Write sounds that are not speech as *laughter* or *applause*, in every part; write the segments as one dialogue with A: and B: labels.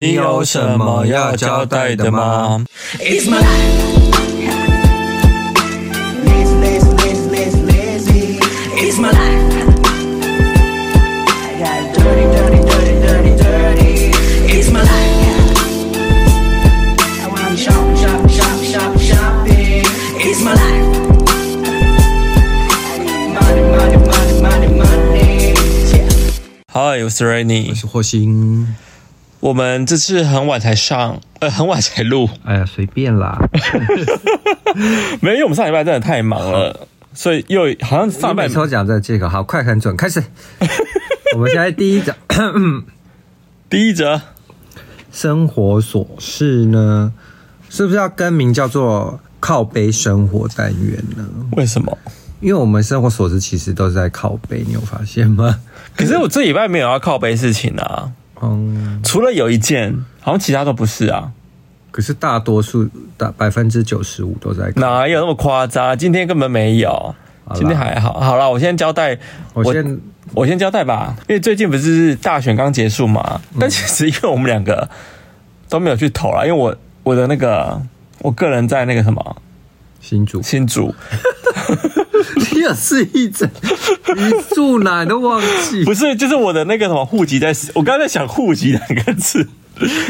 A: 你有什么要交代的吗？
B: It's my life. Lazy, lazy, lazy, lazy, lazy. It's my life. I got dirty, dirty, dirty, dirty, dirty. It's my life. Now I'm shopping, shopping, shopping, shopping, shopping. It's my life. I need money, money, money, money, money. Yeah.
A: 嗨，我是 Rainy，
C: 是霍星。
A: 我们这次很晚才上，呃， *laughs* 很晚才录，
C: 哎呀，随便 *laughs* 啦，
A: 没有，因为我们上礼拜真的太忙了，所以又好像上
C: 你
A: 礼拜
C: 每抽奖这个借口，好，快很准，开 *laughs* 始。我们现在第一讲
A: 第一则，
C: *coughs* 生活琐事呢，是不是要更名叫做靠背生活单元呢？
A: 为什么？
C: 因为我们生活琐事其实都是在靠背，你有发现 *laughs* 吗？
A: 可是我这礼拜没有要靠背事情啊，
C: 嗯，
A: 除了有一件，好像其他都不是啊，
C: 可是大多数大百分之九十五都在靠。
A: 哪有那么夸张？今天根本没有，
C: 好啦
A: 今天还好。好了，我先交代，
C: 我先
A: 我先交代吧，因为最近不是大选刚结束嘛，
C: 嗯
A: 但其实因为我们两个都没有去投啦，因为我我的那个我个人在那个什么
C: 新 *laughs* 竹，
A: 新竹，
C: 你有是一整， *laughs* 你住哪你都忘记
A: 不。是就是我的那个什么户籍在，我刚才在想户籍两个
C: *laughs*
A: 字，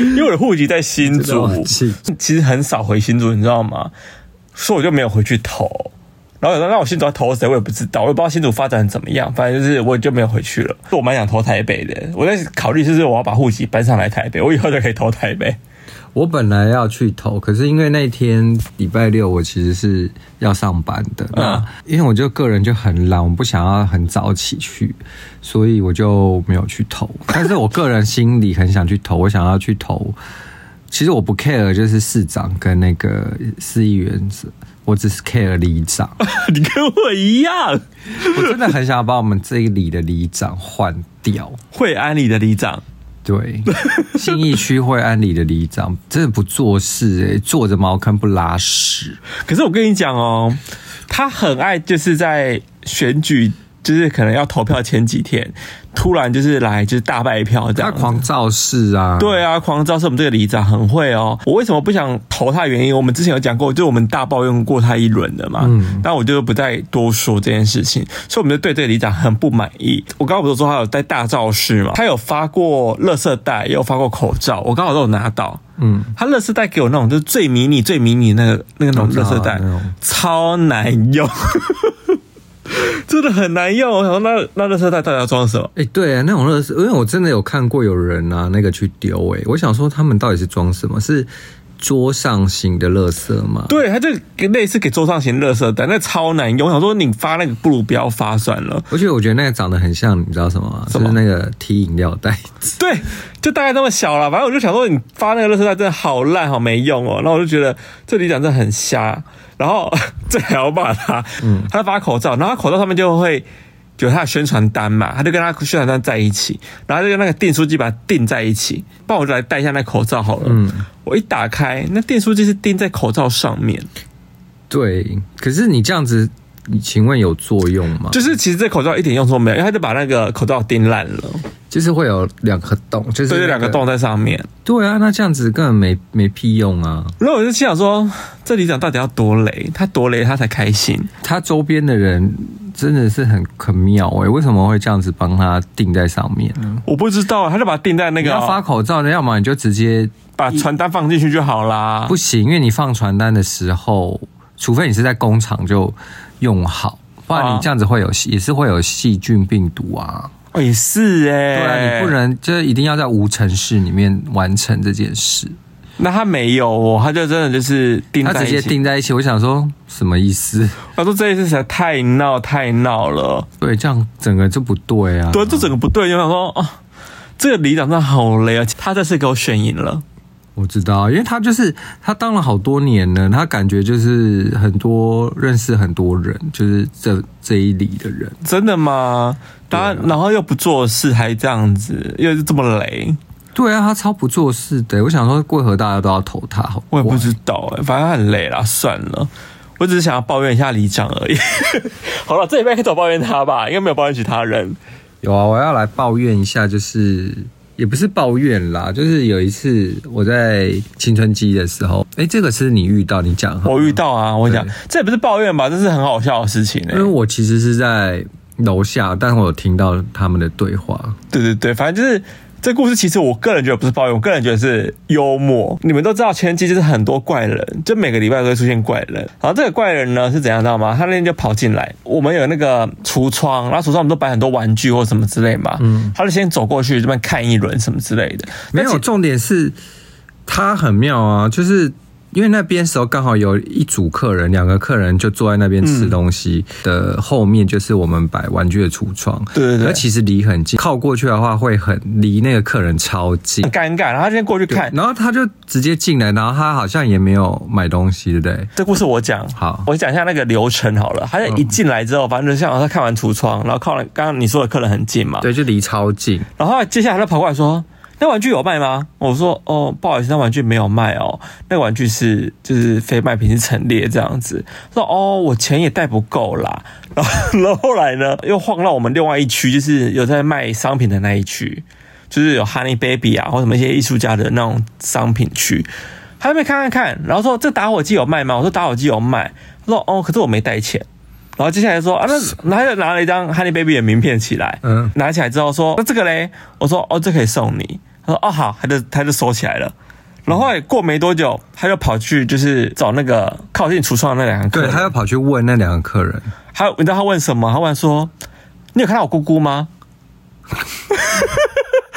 A: 因为我的户籍在新
C: 真的
A: 竹
C: 忘记，
A: 其实很少回新竹，你知道吗？所以我就没有回去投。然后有人让我新竹要投谁，我也不知道，我也不知道新竹发展怎么样，反正就是我就没有回去了。我蛮想投台北的，我在考虑就是我要把户籍搬上来台北，我以后就可以投台北。
C: 我本来要去投，可是因为那天礼拜六我其实是要上班的，那因为我就个人就很懒，我不想要很早起去，所以我就没有去投。但是我个人心里很想去投，我想要去投。其实我不 care，就是市长跟那个市议员，我只是 care 里长。
A: *laughs* 你跟我一样，
C: 我真的很想要把我们这一里的里长换掉。
A: 会安里的里长，
C: 对，信义区惠安里的里长真的不做事诶、坐着茅坑不拉屎。
A: 可是我跟你讲哦，他很爱就是在选举，就是可能要投票前几天，突然就是来就是大败票这
C: 他
A: 样。
C: 狂造势啊！
A: 对啊，狂招是我们这个里长很会哦。我为什么不想投他的原因，我们之前有讲过，就是我们大抱怨过他一轮的嘛。
C: 嗯
A: 但我就不再多说这件事情，所以我们就对这个里长很不满意。我刚刚不是说他有在大造势嘛？他有发过垃圾袋，也有发过口罩，我刚好都有拿到。
C: 嗯，
A: 他乐色袋给我那种就是最迷你、最迷你那个那个那种乐色袋
C: 我知道那种，
A: 超难用， *laughs* 真的很难用。我想说那那乐色袋到底要装什么？
C: 哎、对啊，那种乐色，因为我真的有看过有人啊，那个去丢哎、我想说他们到底是装什么？是桌上型的乐色吗？
A: 对，他就类似给桌上型乐色袋，那超难用。我想说你发那个不如不要发算了。
C: 而且我觉得那个长得很像，你知道什么吗？
A: 什么
C: 就是那个踢饮料袋
A: *laughs*
C: 子。
A: 对，就大概那么小了。反正我就想说你发那个乐色袋真的好烂，好没用哦。然后我就觉得这里长真的很瞎。然后 *laughs* 这还要骂他，他发口罩，然后他口罩上面就会。有他的宣传单嘛，他就跟他宣传单在一起，然后就用那个订书机把它订在一起。不然我就来戴一下那口罩好了。我一打开，那订书机是钉在口罩上面，
C: 对，可是你这样子，你请问有作用吗？
A: 就是其实这口罩一点用处都没有，因为他就把那个口罩钉烂了，
C: 就是会有两个洞，就是、
A: 所以就
C: 那
A: 两个洞。在上面。
C: 对啊，那这样子根本没没屁用啊！
A: 然后我就心想说，这里长到底要多雷？他多雷他才开心。
C: 他周边的人真的是很很妙哎、为什么会这样子帮他定在上面呢？
A: 我不知道，他就把它订在那
C: 你
A: 个
C: 要发口罩，要么你就直接
A: 把传单放进去就好啦。
C: 不行，因为你放传单的时候，除非你是在工厂就用好，不然
A: 啊
C: 你这样子会有细也是会有细菌病毒啊。
A: 哦，也是哎、
C: 对啊，你不。能就是一定要在无尘室里面完成这件事。
A: 那他没有哦，他就真的就是订
C: 他
A: 在
C: 直接
A: 一起。
C: 钉在一起，我想说什么意思？ *laughs*
A: 他说这一次实在太闹太闹了，
C: 对，这样整个就不对啊。
A: 对，这整个不对。就想说，哦，这个里长真的好雷啊！他这次给我选赢了。
C: 我知道，因为他就是他当了好多年了，他感觉就是很多认识很多人，就是这这一里的人。
A: 真的吗？他然后又不做事，还这样子，又是这么雷，
C: 对啊，他超不做事的。我想说，为何大家都要投他？好
A: 我也不
C: 怪
A: 知道哎、反正他很累啦，算了。我只是想要抱怨一下里长而已。 *laughs* 好了，这礼拜可以总抱怨他吧，应该没有抱怨其他人。
C: 有啊，我要来抱怨一下，就是也不是抱怨啦，就是有一次我在青春期的时候，哎、这个是你遇到，你讲哈，
A: 我遇到啊，我讲
C: 对
A: 这也不是抱怨吧，这是很好笑的事情哎、
C: 因为我其实是在楼下，但我有听到他们的对话，
A: 对对对，反正就是这故事，其实我个人觉得不是抱怨，我个人觉得是幽默。你们都知道，前期就是很多怪人，就每个礼拜都会出现怪人。然后这个怪人呢是怎样，知道吗？他那天就跑进来，我们有那个橱窗，然后橱窗我们都摆很多玩具或什么之类嘛，嗯，啊他就先走过去这边看一轮什么之类的，
C: 没
A: 但其
C: 有，重点是他很妙啊，就是因为那边时候刚好有一组客人，两个客人就坐在那边吃东西的后面，就是我们摆玩具的橱窗。
A: 对对对
C: 而其实离很近，靠过去的话会很离那个客人超近
A: 很。尴尬。然后他就先过去看，
C: 然后他就直接进来，然后他好像也没有买东西，对不对？
A: 这故事我讲
C: 好
A: 我讲一下那个流程好了。他就一进来之后，反正就像他看完橱窗，然后靠了刚刚你说的客人很近嘛，
C: 对，就离超近。
A: 然后接下来他跑过来说：“那玩具有卖吗？”我说：“哦，不好意思，那玩具没有卖哦，那个玩具是就是非卖品，是陈列这样子。”说：“哦，我钱也带不够啦。” *laughs* 然后然后后来呢，又晃到我们另外一区，就是有在卖商品的那一区，就是有 Honey Baby 啊，或什么一些艺术家的那种商品区。他那边看看看，然后说：“这打火机有卖吗？”我说：“打火机有卖。”他说：“哦，可是我没带钱。”然后接下来说啊，那他就拿了一张 Honey Baby 的名片起来，
C: 嗯
A: 拿起来之后说，那这个嘞，我说哦，这可以送你。他说哦好，他就他就收起来了。然后后来过没多久，他就跑去就是找那个靠近橱窗的那两个客
C: 对，
A: 人，
C: 他又跑去问那两个客人，
A: 还有你知道他问什么？他问说，你有看到我姑姑吗？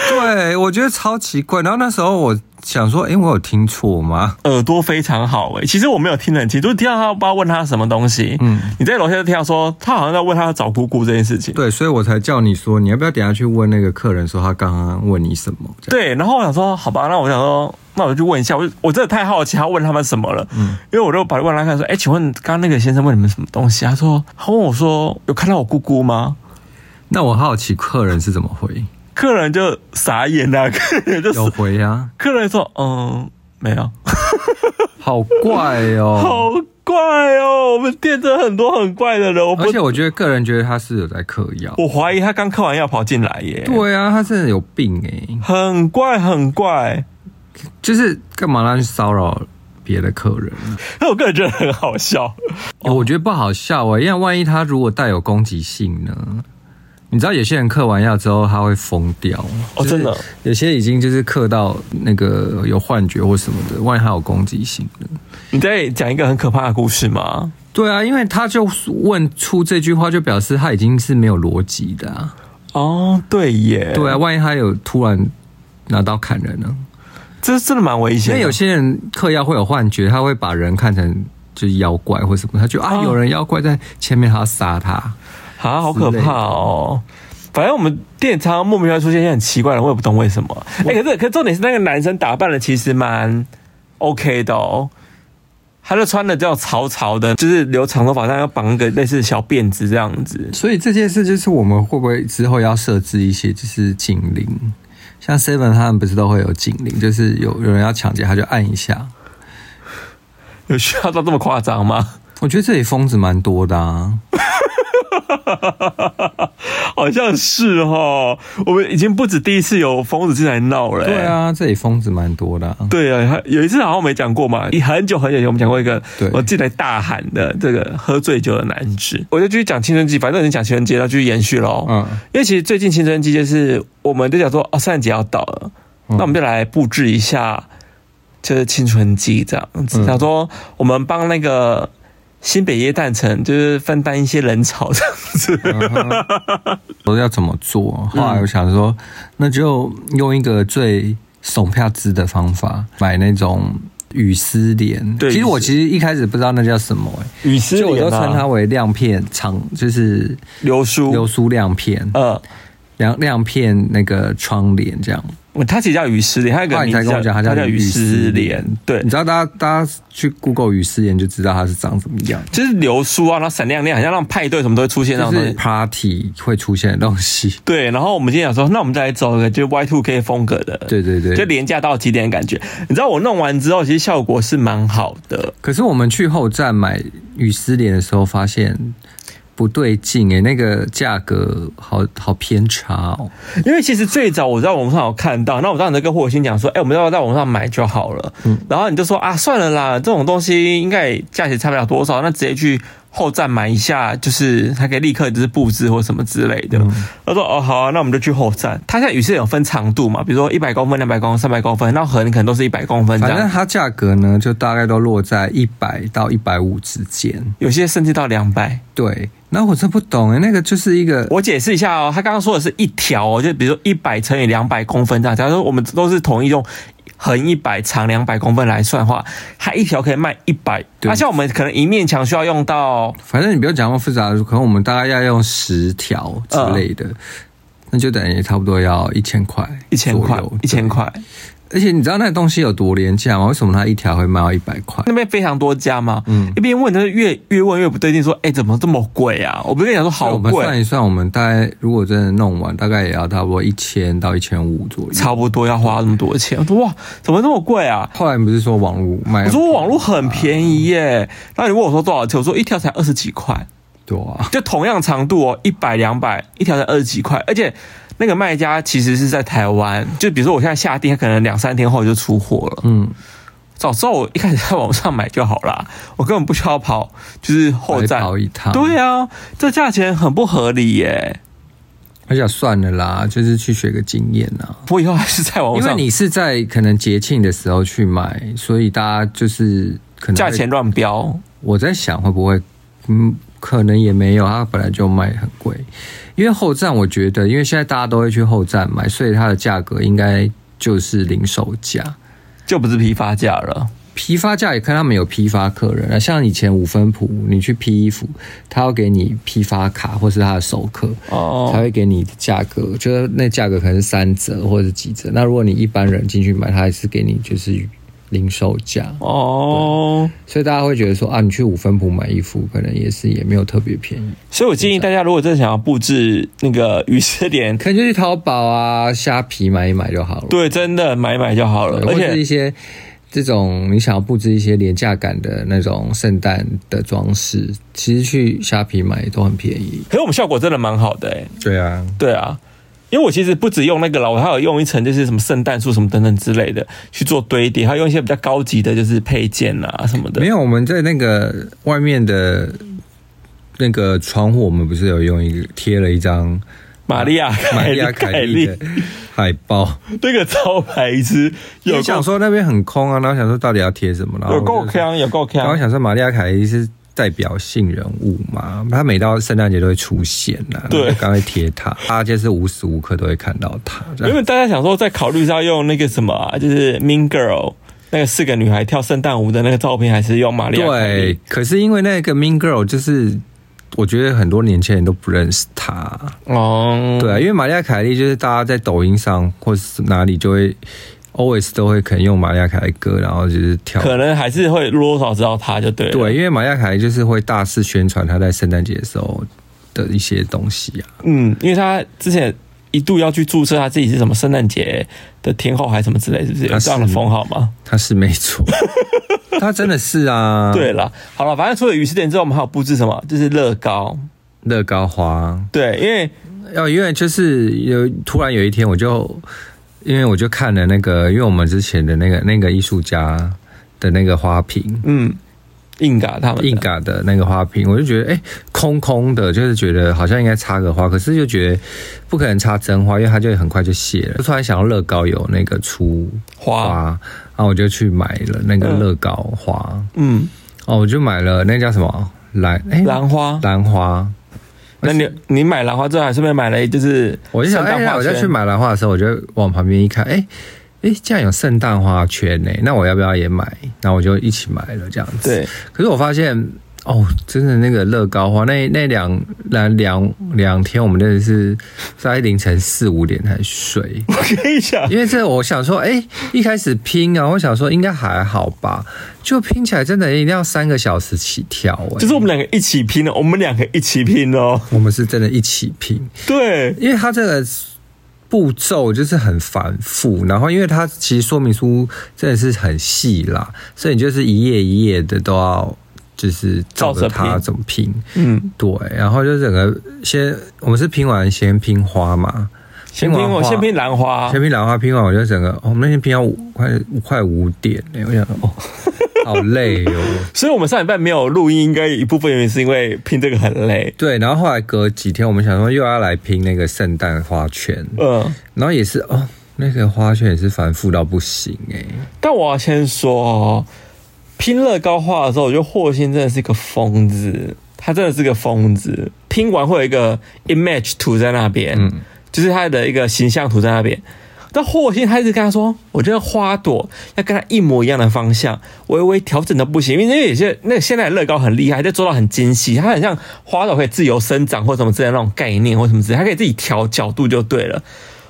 C: 对我觉得超奇怪。然后那时候我想说，诶，我有听错吗？
A: 耳朵非常好欸诶、其实我没有听得很清，就是听到他不知道问他什么东西。嗯，你在楼下就听到说他好像在问他找姑姑这件事情。
C: 对，所以我才叫你说，你要不要等一下去问那个客人说他刚刚问你什么？这样
A: 对，然后我想说，好吧，那我想说，那我就去问一下，我就我真的太好奇，他问他们什么了，
C: 嗯
A: 因为我就跑去问他看说，哎，请问刚刚那个先生问你们什么东西？他说，他问我说，有看到我姑姑吗？
C: 那我好奇客人是怎么回？
A: 客人就傻眼了、 *laughs* 客人就
C: 有
A: 是
C: 回
A: *laughs*
C: 啊，
A: 客人说，嗯，没有，
C: 好怪哦。
A: 好怪哦，我们店真的很多很怪的人，我不
C: 而，且我觉得个人觉得他是有在嗑药。
A: 我怀疑他刚嗑完药跑进来耶，，
C: 对啊，他真的有病哎、
A: 很怪很怪，
C: 就是干嘛让他去骚扰别的客人？
A: 但哎我个人觉得很好笑，哦
C: 我觉得不好笑哎、因为万一他如果带有攻击性呢？你知道有些人嗑完药之后他会疯掉
A: 哦真的，
C: 就是有些已经就是嗑到那个有幻觉或什么的，万一他有攻击性的。
A: 你在讲一个很可怕的故事吗？
C: 对啊，因为他就问出这句话，就表示他已经是没有逻辑的啊。
A: 哦，对耶，
C: 对啊，万一他有突然拿刀砍人呢？
A: 这真的蛮危
C: 因
A: 险的。
C: 为有些人嗑药会有幻觉，他会把人看成就是妖怪或什么，他就啊
A: 哦
C: 有人妖怪在前面，他要杀他。
A: 啊，好可怕哦！反正我们店常常莫名其妙出现一些很奇怪的人，我也不懂为什么。哎、可是可是重点是那个男生打扮的其实蛮 OK 的哦，他就穿的叫潮潮的，就是留长头发，但要绑一个类似小辫子这样子。
C: 所以这件事就是我们会不会之后要设置一些就是警铃，像 Seven 他们不是都会有警铃，就是有有人要抢劫他就按一下。
A: 有需要到这么夸张吗？
C: 我觉得这里疯子蛮多的啊。
A: 好像是哦，我们已经不止第一次有疯子进来闹了、欸
C: 对。啊，这里疯子蛮多的、啊。
A: 对啊，还有一次好像没讲过嘛，很久很久以前我们讲过一个
C: 对，
A: 我进来大喊的这个喝醉酒的男子，我就继续讲青春期，反正已经讲青春期，那继续延续哦喽。
C: 嗯
A: 因为其实最近青春期就是我们就讲说哦，圣诞节要到了，那我们就来布置一下，就是青春期这样子。
C: 嗯
A: 想说我们帮那个新北耶诞城就是分担一些人潮这样子。
C: 我要怎么做？
A: 嗯
C: 后来我想说，那就用一个最怂票资的方法，买那种雨丝帘。
A: 对
C: 其实我
A: 雨丝
C: 其实一开始不知道那叫什么、
A: 雨丝 *laughs*
C: 欸，就我
A: 莲
C: 都
A: 啊
C: 称它为亮片长，就是
A: 流苏，
C: 流苏亮片，
A: 呃，
C: 亮亮片那个窗帘这样。
A: 它其实叫雨丝帘，它有一个
C: 后来啊你
A: 名
C: 才
A: 字
C: 跟我讲，
A: 它
C: 它叫
A: 叫雨丝帘，对
C: 你。知道大家大家去 Google 雨丝帘就知道它是长什么样，
A: 就是流苏啊，然后闪亮亮，好像让派对什么都会出现那
C: 就
A: 种东
C: 是
A: 西。
C: party 会出现的东西。
A: 对，然后我们今天想说，那我们再来走一个就是 Y two K 风格的，
C: 对对对，
A: 就廉价到极点的感觉。你知道我弄完之后，其实效果是蛮好的，
C: 可是我们去后站买雨丝帘的时候，发现不对劲诶、那个价格好好偏差哦。
A: 因为其实最早我在网上有看到，那我当时就跟霍心讲说，哎、我们要不要在网上买就好了。
C: 嗯
A: 然后你就说啊，算了啦，这种东西应该也价钱差不了多少，那直接去后站买一下，就是它可以立刻就是布置或什么之类的。
C: 嗯
A: 他说哦好啊、那我们就去后站。它现在雨是有分长度嘛，比如说一百公分、两百公分、三百公分，那横可能都是一百公分这
C: 反正
A: 样，
C: 它价格呢，就大概都落在一百到一百五之间。
A: 有些甚至到两百。
C: 对，那我真不懂诶、欸那个就是一个
A: 我解释一下哦，他刚刚说的是一条哦，就比如说一百乘以两百公分这样。假如说我们都是统一用横一百、长两百公分来算的话，它一条可以卖一百。
C: 对
A: 而像我们可能一面墙需要用到，
C: 反正你不要讲那么复杂，可能我们大概要用十条之类的，那就等于差不多要嗯一千块，
A: 一千块，一千。块。
C: 而且你知道那个东西有多廉价吗？为什么它一条会卖到一百块？
A: 那边非常多家嘛，嗯，一边问就是越越问越不对劲，说哎、怎么这么贵啊？我不是跟你讲说
C: 我
A: 好
C: 们算
A: 贵，
C: 一算，我们大概如果真的弄完，大概也要差不多一千到一千五左右。
A: 差不多要花那么多钱。我说哇，怎么这么贵啊？
C: 后来你不是说网络卖？
A: 我说网络很便宜耶，然后你问我说多少钱，我说一条才二十几块。
C: 对啊，
A: 就同样长度哦，一百两百一条才二十几块，而且那个卖家其实是在台湾，就比如说我现在下定，他可能两三天后就出货了。
C: 嗯，
A: 早知道我一开始在网上买就好啦，我根本不需要跑，就是后
C: 白
A: 站。
C: 跑一趟。
A: 对啊，这价钱很不合理耶！
C: 而且算了啦，就是去学个经验啊。
A: 哦我以后还是在网
C: 因为
A: 上，
C: 你是在可能节庆的时候去买，所以大家就是可能会
A: 价钱乱标，
C: 我在想会不会，嗯，可能也没有，它本来就卖很贵。因为后站，我觉得，因为现在大家都会去后站买，所以它的价格应该就是零售价。
A: 就不是批发价了。
C: 批发价也看他们有批发客人啊，像以前五分铺，你去批衣服，他要给你批发卡或是他的熟客，才
A: 哦，
C: 会给你的价格，就是那价格可能是三折或者是几折。那如果你一般人进去买，他还是给你就是零售价，
A: 哦，
C: 所以大家会觉得说啊，你去五分铺买衣服，可能也是也没有特别便宜，
A: 所以我建议大家，如果真的想要布置那个鱼翅点，
C: 可能就去淘宝啊、虾皮买一买就好了。
A: 对，真的买一买就好了。
C: 对，
A: 而
C: 或
A: 且
C: 者一些这种你想要布置一些廉价感的那种圣诞的装饰，其实去虾皮买都很便宜。
A: 可是我们效果真的蛮好的哎、
C: 对啊，
A: 对啊，因为我其实不只用那个啦，我还有用一层就是什么圣诞树什么等等之类的去做堆叠，还有用一些比较高级的，就是配件啊什么的
C: 没。有我们在那个外面的。那个窗户，我们不是有用一个贴了一张
A: 玛利亚
C: 玛
A: 凯
C: 利
A: 莉，
C: 亚 *laughs* 凯莉的海报，
A: 那个招牌之有
C: 我想
A: 够
C: 说那边很空啊，然后想说到底要贴什么，然后
A: 有够
C: 我就想
A: 坑，有够
C: 然后我
A: 坑。
C: 想说，玛利亚凯莉是代表性人物嘛，她每到圣诞节都会出现呐、啊，
A: 对
C: 然后就刚才贴她，大家就是无时无刻都会看到她。这
A: 原
C: 样
A: 本大家想说在考虑是要用那个什么、啊，就是 Mean Girl 那个四个女孩跳圣诞舞的那个照片，还是用玛利亚凯莉
C: 对，可是因为那个 Mean Girl 就是。我觉得很多年轻人都不认识她，
A: 哦，
C: 对啊，因为玛利亚凯莉就是大家在抖音上或是哪里就会 always 都会可能用玛利亚凯莉歌，然后就是跳
A: 可能还是会多多少少知道她就对了。
C: 对，因为玛利亚凯莉就是会大肆宣传她在圣诞节的时候的一些东西啊。
A: 嗯，因为她之前一度要去注册她自己是什么圣诞节的天后还是什么之类，是不是有
C: 她啊是
A: 这样的封号吗？
C: 他是没错， *laughs* 他真的是啊。
A: 对，了，好了，反正除了鱼翅点之后，我们还有布置什么？就是乐高。
C: 乐高花
A: 对，因为
C: 要因为就是有突然有一天我就，因为我就看了那个，因为我们之前的那个那个艺术家的那个花瓶。
A: 嗯，硬嘎他们的
C: 硬嘎的那个花瓶，我就觉得哎、诶空空的，就是觉得好像应该插个花，可是就觉得不可能插真花，因为它就很快就谢了。就突然想到乐高有那个出
A: 花，
C: 花，然后我就去买了那个
A: 啊嗯
C: 乐高花，
A: 嗯，
C: 哦，我就买了那叫什么兰哎
A: 兰花。
C: 兰花，
A: 那你你买兰花之后，还顺便买了一就是
C: 我就想，
A: 圣
C: 哎、
A: 诞
C: 呀，
A: 花
C: 我在
A: 圈
C: 去。买兰花的时候，我就往旁边一看，哎、哎、竟然有圣诞花圈呢、那我要不要也买？然后我就一起买了这样子。
A: 对，
C: 可是我发现，哦，真的那个乐高花，那那两两两两天，我们真的是在凌晨四五点才睡， *laughs*
A: 我跟你讲，
C: 因为这我想说，哎、一开始拼啊，我想说应该还好吧，就拼起来真的一定要三个小时起跳、哎，
A: 就是我们两个一起拼的，我们两个一起拼哦。
C: 我们是真的一起拼，
A: 对，
C: 因为它这个步骤就是很繁复，然后因为它其实说明书真的是很细啦，所以你就是一页一页的都要就是照着
A: 照着
C: 它
A: 拼
C: 怎么拼。
A: 嗯，
C: 对，然后就整个先，我们是拼完先拼花嘛，
A: 先拼我
C: 完花
A: 先拼兰花
C: 先，拼兰花，拼完我就整个，哦我们那天拼到五快快五点嘞，我想说哦，好累哦。
A: 所以我们上礼拜没有录音，应该一部分原因是因为拼这个很累。
C: 对，然后后来隔几天，我们想说又要来拼那个圣诞花圈，
A: 嗯，
C: 然后也是哦，那个花圈也是繁复到不行哎、
A: 但我要先说哦，拼乐高画的时候，我觉得霍星真的是个疯子，他真的是个疯子。拼完会有一个 image 图在那边，
C: 嗯
A: 就是他的一个形象图在那边。但霍星他一直跟他说，我觉得花朵要跟他一模一样的方向，微微调整都不行，因为有些那个现在的乐高很厉害，就做到很精细，它很像花朵可以自由生长或什么之类的那种概念或什么之类，它可以自己调角度就对了。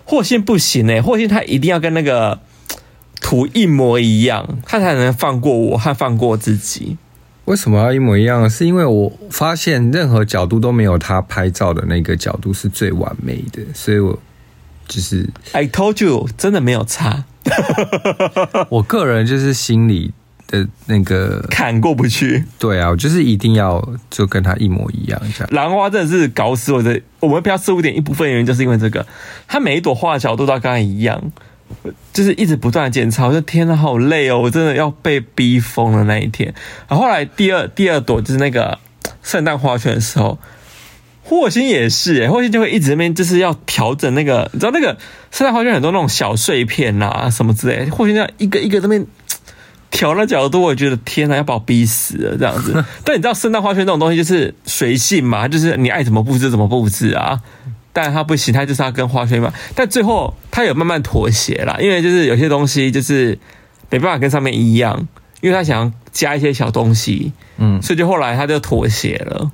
A: 霍星不行哎、霍星他一定要跟那个图一模一样，他才能放过我和放过自己。
C: 为什么要一模一样？是因为我发现任何角度都没有他拍照的那个角度是最完美的，所以我就是
A: *laughs* I told you，真的没有差，
C: 我个人就是心里的那个，
A: 砍过不去。
C: 对啊，我就是一定要就跟他一模一样这样。
A: 兰花真的是搞死我的。我们不要四五点一部分原因就是因为这个，它每一朵花的角度都刚才一样，就是一直不断的检查。我就天呐，好累哦，我真的要被逼疯了那一天。然后后来第二第二朵就是那个圣诞花圈的时候，霍星也是耶，霍星就会一直在那边就是要调整那个，你知道那个圣诞花圈很多那种小碎片呐、什么之类的，霍星这样一个一个在那边。调那角度，我觉得天哪，要把我逼死了这样
C: *laughs*
A: 子。但你知道圣诞花圈这种东西就是随性嘛，就是你爱怎么布置怎么布置啊。但他不行，他就是要跟花圈嘛。但最后他有慢慢妥协啦，因为就是有些东西就是没办法跟上面一样，因为他想要加一些小东西，
C: 嗯
A: 所以就后来他就妥协了。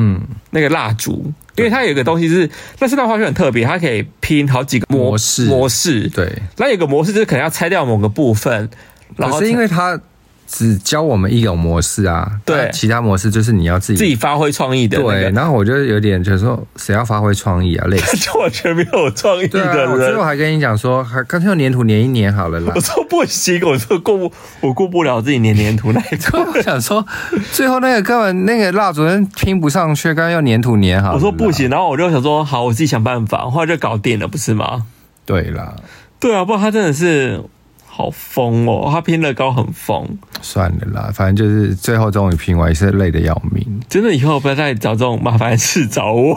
C: 嗯，
A: 那个蜡烛，因为它有一个东西是，那圣诞花圈很特别，它可以拼好几个模
C: 模式
A: 模式，
C: 对。
A: 那有个模式就是可能要拆掉某个部分，然后
C: 可是因为他只教我们一种模式啊，
A: 对
C: 那其他模式就是你要自己
A: 自己发挥创意的、那个
C: 对。然后我就有点觉得说，谁要发挥创意啊，累
A: *laughs*
C: 死。
A: 就完全没有创意
C: 对啊，
A: 的
C: 我最
A: 人。
C: 后还跟你讲说，还干脆用粘土粘一粘好了啦
A: 我。说不行，我说过不，我过不了自己黏黏土那一关。
C: *laughs* 我想说，最后那个根本那个蜡烛人拼不上去，刚刚用粘土粘好。
A: 我说不，行，然后我就想说好，我自己想办法，后来就搞定了，不是吗？
C: 对啦，
A: 对啊，不然他真的是好疯哦，他拼乐高很疯，
C: 算了啦，反正就是最后终于拼完，也是累得要
A: *laughs*
C: 命。
A: 真的以后不要再找这种麻烦事找我。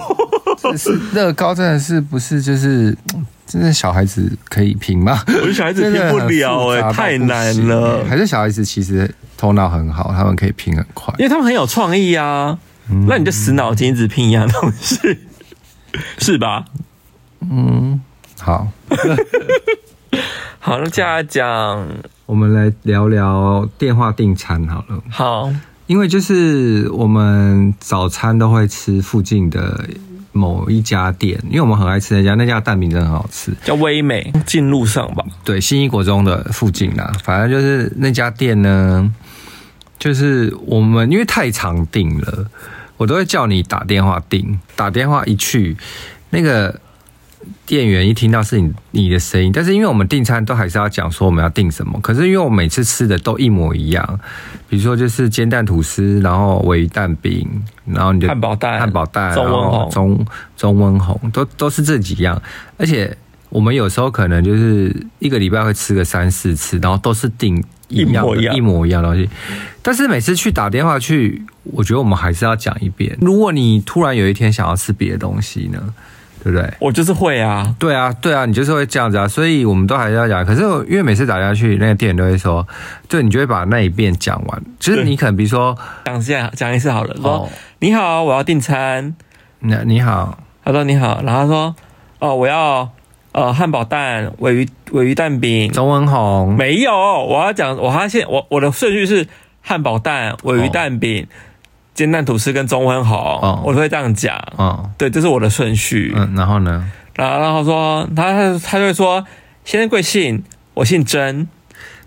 C: 这是乐高真的是不是就是，嗯真的小孩子可以拼吗？
A: 我觉得小孩子
C: 真
A: 拼
C: 的
A: 不
C: 很
A: 了
C: 复
A: 哎、
C: 杂到
A: 太
C: 不
A: 难
C: 行
A: 了
C: 欸，还是小孩子其实头脑很好，他们可以拼很快
A: 因。为他们很有创意啊。
C: 嗯
A: 那你就死脑筋一直拼一样东西， *laughs* 是吧？
C: 好，
A: 好，那接下来讲
C: 我们来聊聊电话订餐好了。
A: 好，
C: 因为就是我们早餐都会吃附近的某一家店，因为我们很爱吃那家，那家蛋饼真的很好吃。
A: 叫微美进路上吧。
C: 对，新一国中的附近啦，反正就是那家店呢，就是我们因为太常订了，我都会叫你打电话订，打电话一去，那个店员一听到是你你的声音，但是因为我们订餐都还是要讲说我们要订什么，可是因为我每次吃的都一模一样，比如说就是煎蛋吐司，然后鲔鱼蛋饼，然后你的
A: 汉堡蛋
C: 汉堡蛋，
A: 中温
C: 然后
A: 红
C: 中中温红都都是这几样，而且我们有时候可能就是一个礼拜会吃个三四次，然后都是订样
A: 一模
C: 的
A: 一样
C: 一模一样的东西。但是每次去打电话去，我觉得我们还是要讲一遍。如果你突然有一天想要吃别的东西呢，对不对？
A: 我就是会啊，
C: 对啊，对啊，你就是会这样子啊，所以我们都还是要讲。可是我因为每次打电话去，那个店员都会说，对，你就会把那一遍讲完。就是你可能比如说，
A: 讲一下讲一次好了。说、
C: 哦
A: 你好，我要订餐。
C: 那你好，
A: 他说你好，然后他说哦，我要呃汉堡蛋、尾鱼尾鱼蛋饼。
C: 周文宏，
A: 没有，我要讲，我发现我我的顺序是汉堡蛋、尾鱼蛋饼、煎蛋吐司跟中温红，
C: 哦
A: 我都会这样讲。
C: 哦，
A: 对，这是我的顺序。
C: 嗯，然后呢？
A: 然后然后说他他他就会说先生贵姓，我姓甄。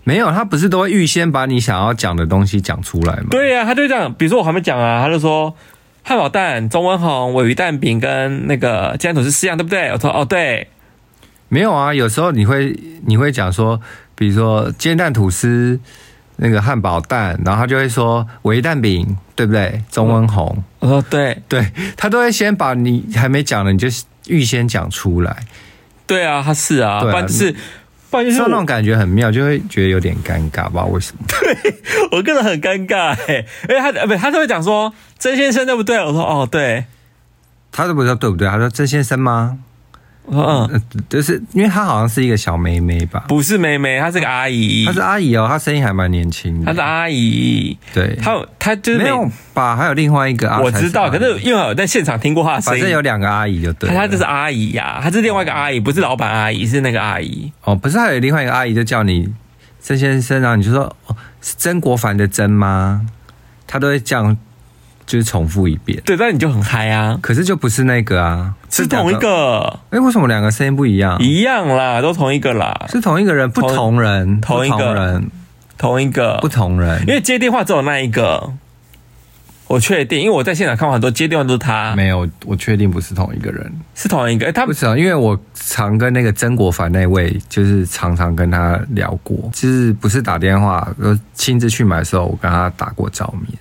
C: 没有，他不是都会预先把你想要讲的东西讲出来吗？
A: 对呀、他就这样，比如说我还没讲啊，他就说汉堡蛋、中温红、尾鱼蛋饼跟那个煎蛋吐司四样，对不对？我说哦，对，
C: 没有啊，有时候你会你会讲说，比如说煎蛋吐司，那个汉堡蛋，然后他就会说微蛋饼，对不对？中文红，
A: 我说对
C: 对他都会先把你还没讲的，你就预先讲出来，
A: 对啊，他是啊，不
C: 对啊
A: 然就是不然就是
C: 像那
A: 我
C: 种感觉很妙，就会觉得有点尴尬，不知道为什么。
A: 我个人很尴尬哎、哎他呃不他都会讲说曾先生对不对？我说哦对，
C: 他都不知道对不对，他说曾先生吗？
A: 我说嗯
C: 呃，就是因为他好像是一个小妹妹吧，
A: 不是妹妹，她是个阿姨，
C: 她是阿姨哦，她声音还蛮年轻的。
A: 她是阿姨，
C: 对，
A: 她有她就是
C: 没
A: 每
C: 有吧？还有另外一个阿，
A: 我知道，
C: 才
A: 可
C: 阿姨
A: 是因为我有在现场听过她的声
C: 反
A: 音，
C: 正有两个阿姨就对
A: 她
C: 了。
A: 她就是阿姨呀、她是另外一个阿姨，不是老板阿姨，是那个阿姨。
C: 哦，不是还有另外一个阿姨就叫你曾先生，然后你就说哦是曾国藩的曾吗？他都会这样，就是重复一遍。
A: 对，但你就很嗨啊，
C: 可是就不是那个啊，
A: 是
C: 两
A: 同一。个，
C: 哎、为什么两个声音不一样？
A: 一样啦，都同一个啦，
C: 是同一个人，不同人，
A: 同
C: 不同人，
A: 同一个
C: 不。同人，
A: 因为接电话只有那一个，我确定，因为我在现场看过很多接电话都是他，
C: 没有，我确定不是同一个人。
A: 是同一个。哎，他
C: 不知道，因为我常跟那个曾国藩那位，就是常常跟他聊过，就是不是打电话，呃，亲自去买的时候，我跟他打过照面，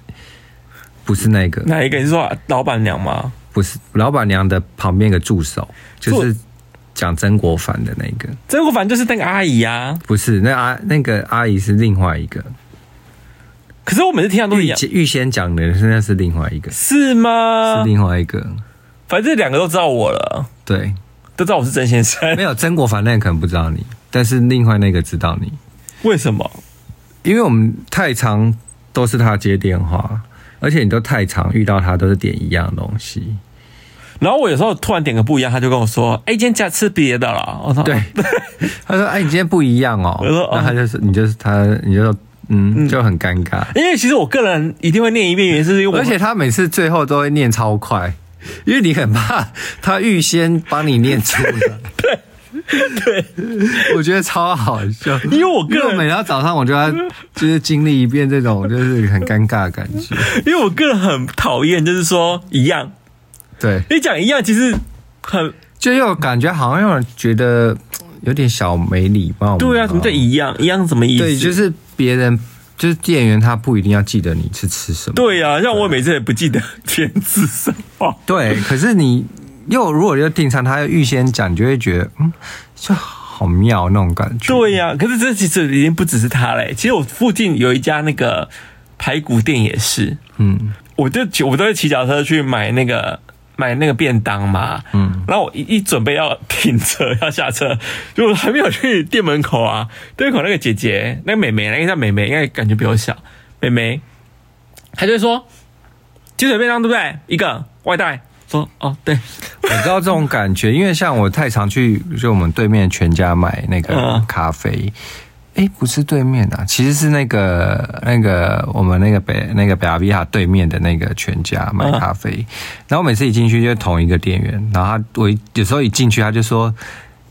C: 不是那个，
A: 哪一个？你是说老板娘吗？
C: 不是老板娘的旁边一个助手，就是讲曾国藩的那个，
A: 曾国藩就是那个阿姨啊。
C: 不是那阿那个阿姨是另外一个，
A: 可是我每次听到都一
C: 预
A: 样，
C: 先预先讲的是那是另外一个，
A: 是啊吗
C: 是？另外一个，
A: 反正两个都知道我了，
C: 对，
A: 都知道我是曾先生
C: 没。有曾国藩那个可能不知道你，但是另外那个知道你。
A: 为什么？
C: 因为我们太常都是他接电话，而且你都太常遇到他都是点一样的东西。
A: 然后我有时候突然点个不一样，他就跟我说：“哎，今天家吃别的了。”我说：“
C: 对，哦 *laughs* 他说：“哎，你今天不一样哦。”
A: 我说哦
C: 然后他就是你就是他，你就说嗯，就很尴尬。
A: 因为其实我个人一定会念一遍，原因是因为我
C: 而且他每次最后都会念超快，因为你很怕他预先帮你念出来。 *laughs* 对对，我觉得超好笑。
A: 因为我个
C: 因为我
A: 人
C: 每天早上我就要就是经历一遍这种就是很尴尬的感觉。
A: *laughs* 因为我个人很讨厌，就是说一样，
C: 对。
A: 你讲一样其实很
C: 就又感觉好像有人觉得有点小没礼貌。
A: 对啊，什么叫？一样？一样什么意思？
C: 对，就是别人，就是店员，他不一定要记得你是吃什么。
A: 对啊，像我每次也不记得 *laughs* 填字什么。
C: 对，可是你又如果就订餐，他又预先讲，你就会觉得嗯，就好妙那种感觉。
A: 对呀、可是这其实已经不只是他嘞，其实我附近有一家那个排骨店也是，
C: 嗯，
A: 我就骑我都会骑脚车去买那个买那个便当嘛，嗯，然后我一一准备要停车要下车，就还没有去店门口啊，店门口那个姐姐，那个妹妹，那个叫妹妹，应该感觉比我小，妹妹，她就会说鸡腿便当对不对？一个外带，说哦对，
C: *laughs* 我知道这种感觉，因为像我太常去，就我们对面全家买那个
A: 嗯
C: 咖啡。哎，不是对面啊，其实是那个那个我们那个北那个北阿比亚对面的那个全家买
A: 嗯
C: 咖啡，然后每次一进去就是同一个店员，然后他我一有时候一进去他就说，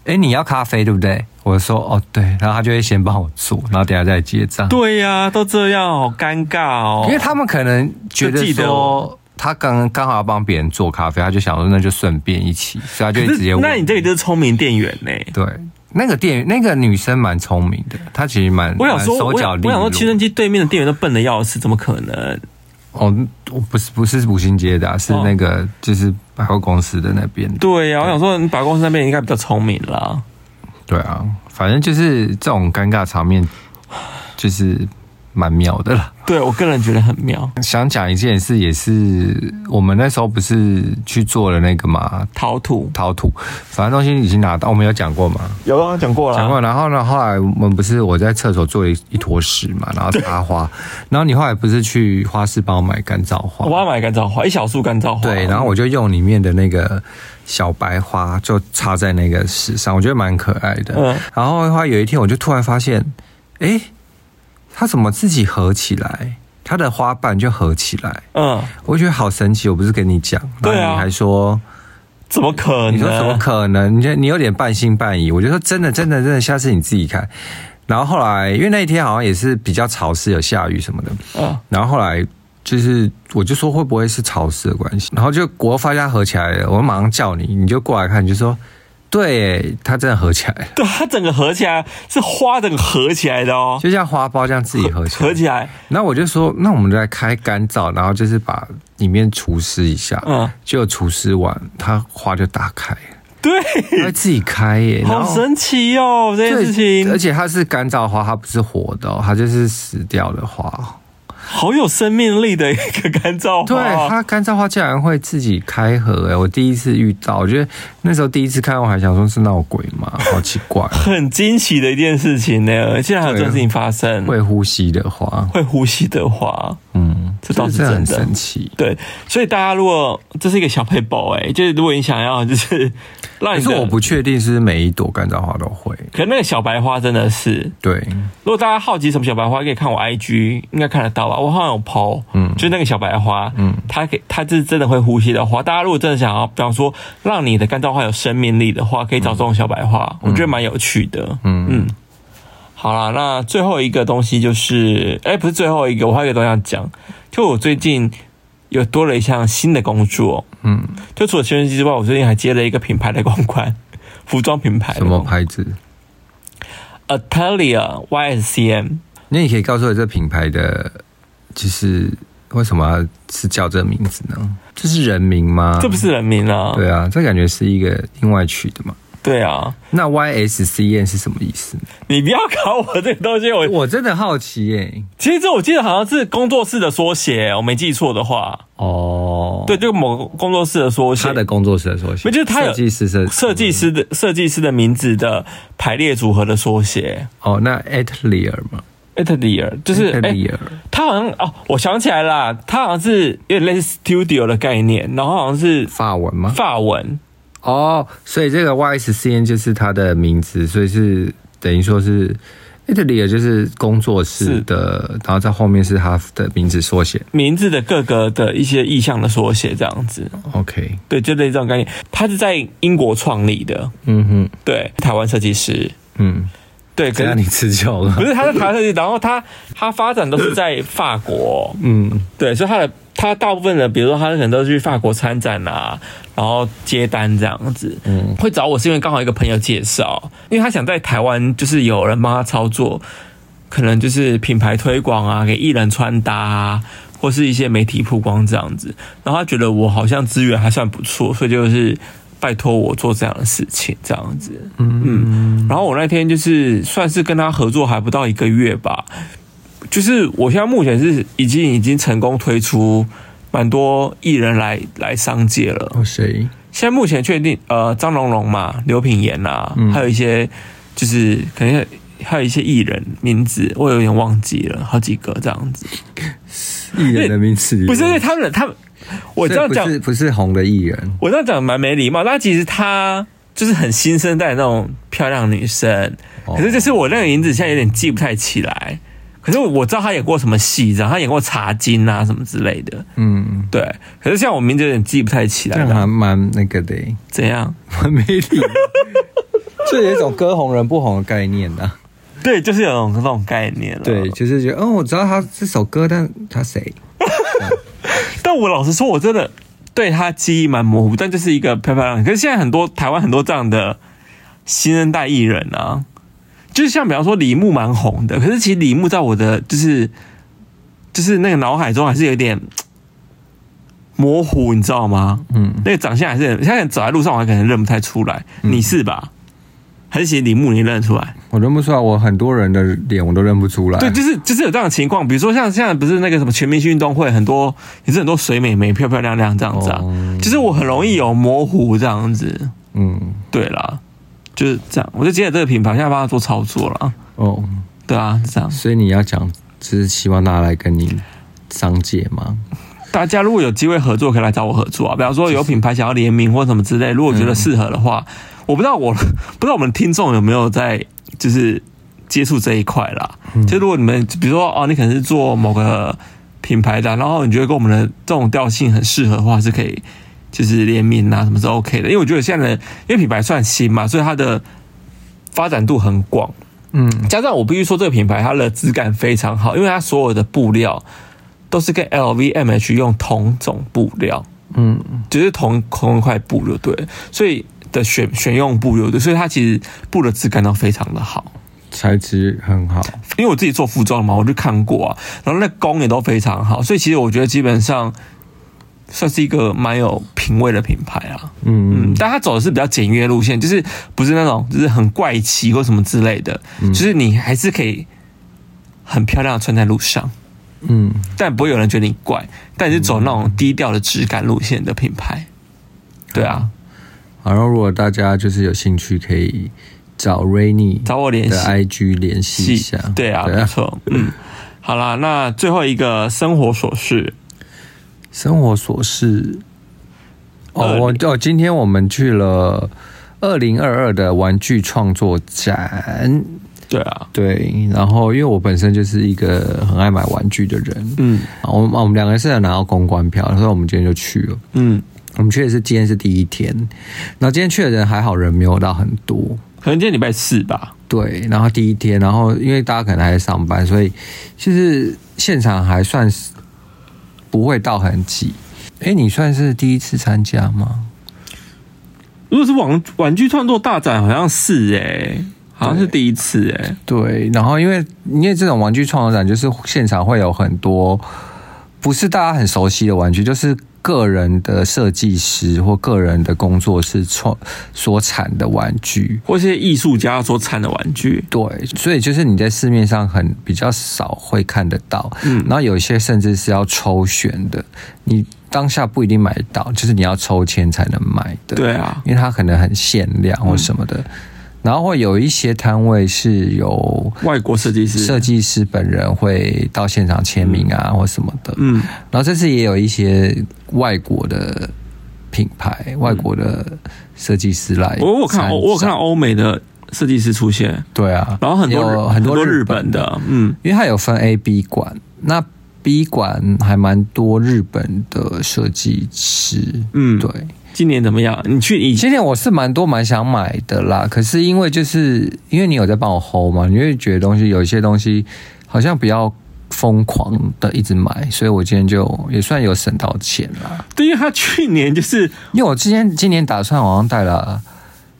C: 哎，你要咖啡对不对？我说哦对，然后他就会先帮我做，然后等一下再结账。
A: 对呀、都这样，好尴尬哦，
C: 因为他们可能觉
A: 就
C: 得
A: 记得哦
C: 说他刚刚好要帮别人做咖啡，他就想说那就顺便一起，所以他就会
A: 可
C: 直接
A: 是
C: 问。
A: 那你这个就是聪明店员呢、
C: 对，那个店那个女生蛮聪明的，她其实蛮
A: 我想说，
C: 蛮呃手
A: 我想
C: 脚利
A: 我想
C: 落
A: 说，。青春期对面的店员都笨的要死，怎么可能？
C: 哦，我不是不是五星街的、啊，是
A: 哦
C: 那个、就是百货公司的那边的。
A: 对啊呀、我想说，你百货公司那边应该比较聪明啦。
C: 对啊，反正就是这种尴尬场面，就是蛮妙的啦。
A: 对我个人觉得很妙，
C: 想讲一件事，也是我们那时候不是去做了那个嘛
A: 陶土
C: 陶土，反正东西已经拿到，我们有讲过吗？
A: 有刚刚讲过
C: 然后，然后呢？后来我们不是我在厕所做一一坨屎嘛，然后插
A: *laughs*
C: 花，然后你后来不是去花市帮我买干燥花，
A: 我要买干燥花，一小束干燥花。
C: 对，然后我就用里面的那个小白花，就插在那个屎上，我觉得蛮可爱的。
A: 嗯
C: 然后的话，有一天我就突然发现，诶，它怎么自己合起来？它的花瓣就合起来，
A: 嗯，
C: 我觉得好神奇。我不是跟你讲，
A: 对啊
C: 然后你还说。
A: 怎么可能？
C: 你说怎么可能？你就你有点半信半疑。我就说真的，真的，真的，下次你自己看。然后后来，因为那一天好像也是比较潮湿，有下雨什么的。
A: 嗯
C: 然后后来就是，我就说会不会是潮湿的关系？然后就国发家合起来了，我马上叫你，你就过来看，你就说对，它真的合起来了， *laughs*
A: 对，它整个合起来是花整个合起来的哦，
C: 就像花苞这样自己合起来。
A: 合起来，
C: 那我就说，那我们来开干燥，然后就是把里面除湿一下，
A: 嗯
C: 嗯，就除湿完，它花就打开，
A: 对，
C: 它会自己开耶，然
A: 好
C: 后
A: 神奇哦，这件事
C: 对而
A: 情
C: 且它是干燥花，它不是活的、哦，它就是死掉的花哦。
A: 好有生命力的一个干燥
C: 对，
A: 花，。
C: 它干燥花竟然会自己开合、哎，我第一次遇到，我觉得那时候第一次看，我还想说是闹鬼嘛，好奇怪、哦
A: *laughs* 很惊喜的一件事情呢，竟然还有这种事情发生，
C: 会呼吸的花，
A: 会呼吸的花，
C: 嗯，
A: 这倒是
C: 真的很
A: 真的
C: 神奇。
A: 对，所以大家如果这是一个小配宝哎，就是如果你想要就是让
C: 可
A: 你
C: 是
A: 的，
C: 我不确定是不是每一朵干燥花都会。
A: 可能那个小白花真的是，
C: 对，
A: 如果大家好奇什么小白花，可以看我 IG，应该看得到吧？我好像有 PO，嗯，就是那个小白花，嗯，它给它是真的会呼吸的花。大家如果真的想要，比方说让你的干燥花有生命力的话，可以找这种小白花，我觉得蛮有趣的，嗯嗯。好啦，那最后一个东西就是，哎、不是最后一个，我还有一个东西要讲，就我最近有多了一项新的工作，
C: 嗯，
A: 就除了修身机之外，我最近还接了一个品牌的公关，服装品牌的
C: 什么
A: 公关
C: 牌子？
A: ？Atelia YSCM。
C: 那你可以告诉我这品牌的，就是为什么是叫这名字呢？这是人名吗？
A: 这不是人名啊！
C: 对啊，这感觉是一个另外取的嘛。
A: 对啊，
C: 那 YSCN 是什么意思呢？
A: 你不要搞我这个东西。 *laughs* 我
C: 我真的好奇耶、
A: 其实这我记得好像是工作室的缩写，我没记错的话，
C: 哦，
A: 对，，就某个工作室的缩写。
C: 他的嗯工作室的缩写，
A: 没就是他有
C: 设计师设
A: 设计师的设计师的名字的排列组合的缩写
C: 哦，那 Atelier 嘛
A: ，atelier，就是哎，
C: ，Atelier，
A: 他好像哦，我想起来啦，他好像是有点类似 studio 的概念，然后好像是
C: 法文吗？
A: 法文，
C: 哦，所以这个 YSCN 就是他的名字，所以是等于说是 Atelier 就是工作室的，然后在后面是他的名字缩写。
A: 名字的各个的一些意象的缩写这样子，
C: OK，
A: 对，就类似这种概念。他是在英国创立的，
C: 嗯哼，
A: 对，台湾设计师，
C: 嗯，
A: 对，可
C: 这
A: 是啊
C: 样你吃球
A: 不
C: 了。
A: 是他在台湾设计，然后他他发展都是在法国，
C: 嗯，
A: 对，所以他的他大部分的，比如说他可能都是去法国参展啊，然后接单这样子，嗯，会找我是因为刚好一个朋友介绍，因为他想在台湾就是有人帮他操作，可能就是品牌推广啊，给艺人穿搭啊。或是一些媒体曝光这样子，然后他觉得我好像资源还算不错，所以就是拜托我做这样的事情，这样子。嗯，然后我那天就是算是跟他合作还不到一个月吧，就是我现在目前是已经已经成功推出蛮多艺人来来商界了。
C: 哦，谁？
A: 现在目前确定呃张龙龙嘛，刘品言啊，
C: 嗯
A: 还有一些就是可能还有一些艺人名字我有点忘记了，好几个这样子。
C: 嗯艺人的名字
A: 不是因为他们他们，我这样
C: 所以
A: 讲
C: 不是不是红的艺人，
A: 我这样讲蛮没礼貌，但其实她就是很新生代的那种漂亮女生，
C: 哦
A: 可是就是我那个名字现在有点记不太起来。可是我知道她演过什么戏，然后她演过《茶经》啊什么之类的，
C: 嗯，
A: 对。可是像我名字有点记不太起
C: 这
A: 来
C: 样啊
A: 了，
C: 还蛮那个的耶，
A: 怎样？
C: 蛮没礼 *laughs* 貌。就有一种歌红人不红的概念啊呐、
A: 对，就是有种这种概念了。
C: 对，就是觉得，嗯，我知道他这首歌，但他谁？
A: 但我老实说，我真的对她记忆蛮模糊，但就是一个漂漂亮亮。可是现在很多台湾很多这样的新生代艺人啊，就是像比方说李牧蛮红的，可是其实李牧在我的就是就是那个脑海中还是有点模糊，你知道吗？
C: 嗯，
A: 那个长相还是很，现在走在路上我还可能认不太出来，你是吧？还是写李牧你认得出来？
C: 我认不出来，我很多人的脸我都认不出来。
A: 对，就是就是有这样的情况，比如说像现在不是那个什么全明星运动会，很多也是很多水美眉漂漂亮亮这样子啊，
C: 哦
A: 就是我很容易有模糊这样子，
C: 嗯，
A: 对啦，就是这样，我就接了这个品牌，现在帮他做操作了，
C: 哦，
A: 对啊，是这样。
C: 所以你要讲，就是希望大家来跟你商界吗？
A: 大家如果有机会合作，可以来找我合作啊，比方说有品牌想要联名或什么之类，如果觉得适合的话，我不知道我 *laughs* 不知道我们听众有没有在就是接触这一块啦。就如果你们比如说哦，你可能是做某个品牌的，然后你觉得跟我们的这种调性很适合的话，是可以就是联名啊什么是 OK 的，因为我觉得现在的因为品牌算新嘛，所以它的发展度很广。
C: 嗯，
A: 加上我必须说，这个品牌它的质感非常好，因为它所有的布料都是跟 LVMH 用同种布料，
C: 嗯，
A: 就是同同一块布就对了，所以的选选用布，对不对？所以它其实布的质感都非常的好。
C: 材质很好，
A: 因为我自己做服装嘛，我就看过啊，然后那工也都非常好，所以其实我觉得基本上算是一个蛮有品味的品牌啊。
C: 嗯
A: 嗯，但它走的是比较简约路线，就是不是那种就是很怪气或什么之类的，就是你还是可以很漂亮的穿在路上，
C: 嗯，
A: 但不会有人觉得你怪，但你是走那种低调的质感路线的品牌。对啊，
C: 然后如果大家就是有兴趣，可以找 Rainy
A: 找我联
C: 的
A: 系。
C: IG 联系一下，
A: 对啊，没错，嗯，好啦，那最后一个生活琐事，
C: 生活琐事。哦，我哦，今天我们去了二零二二的玩具创作展，
A: 对啊，
C: 对，然后因为我本身就是一个很爱买玩具的人，
A: 嗯
C: 啊，我们我们两个人是有拿到公关票，所以我们今天就去了。
A: 嗯，
C: 我们去的是今天是第一天，然后今天去的人还好，人没有到很多，
A: 可能今天礼拜四吧，
C: 对，然后第一天，然后因为大家可能还在上班，所以其实现场还算是不会到很挤。哎，你算是第一次参加吗？
A: 如果是玩玩具创作大展，好像是哎、好像是第一次哎、
C: 对，然后因为因为这种玩具创作展，就是现场会有很多不是大家很熟悉的玩具，就是个人的设计师或个人的工作室创所产的玩具。
A: 或是艺术家所产的玩具，
C: 对，所以就是你在市面上很比较少会看得到，
A: 嗯
C: 然后有一些甚至是要抽选的，你当下不一定买到，就是你要抽签才能买的，
A: 对嗯啊，
C: 因为它可能很限量或什么的。然后会有一些摊位是有
A: 外国设计师
C: 设，计师本人会到现场签名啊或什么的，
A: 嗯，
C: 然后这次也有一些外国的品牌、外国的设计师来参展，
A: 哦我我看我我有看到欧美的设计师出现，
C: 对啊，
A: 然后很多日
C: 有
A: 很
C: 很多
A: 日
C: 日本
A: 本的，嗯
C: 因为它有分 A、B 馆，那 B 馆还蛮多日本的设计师。
A: 嗯，
C: 对，，
A: 今年怎么样？你去以前
C: 今天我是蛮多蛮想买的啦，可是因为就是因为你有在帮我 hold 嘛，你会觉得东西有一些东西好像比较疯狂的一直买，所以我今天就也算有省到钱啦。
A: 对，因为他去年就是
C: 因为我之前今年打算好像带了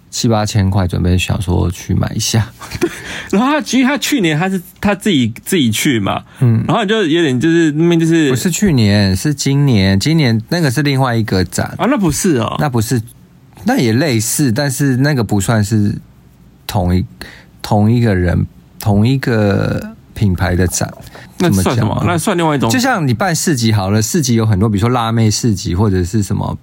C: 七八千块，准备想说去买一下。
A: 然后他其实他去年他是他自己自己去嘛，嗯，然后你就有点就是那边就是
C: 不是去年，是今年，今年那个是另外一个展。
A: 啊，那不是哦，
C: 那不是，那也类似，但是那个不算是同一同一个人同一个品牌的展。
A: 那
C: 怎
A: 算什
C: 讲
A: 么
C: 啊？
A: 那算另外一种，
C: 就像你办市集好了，市集有很多，比如说辣妹市集或者是什么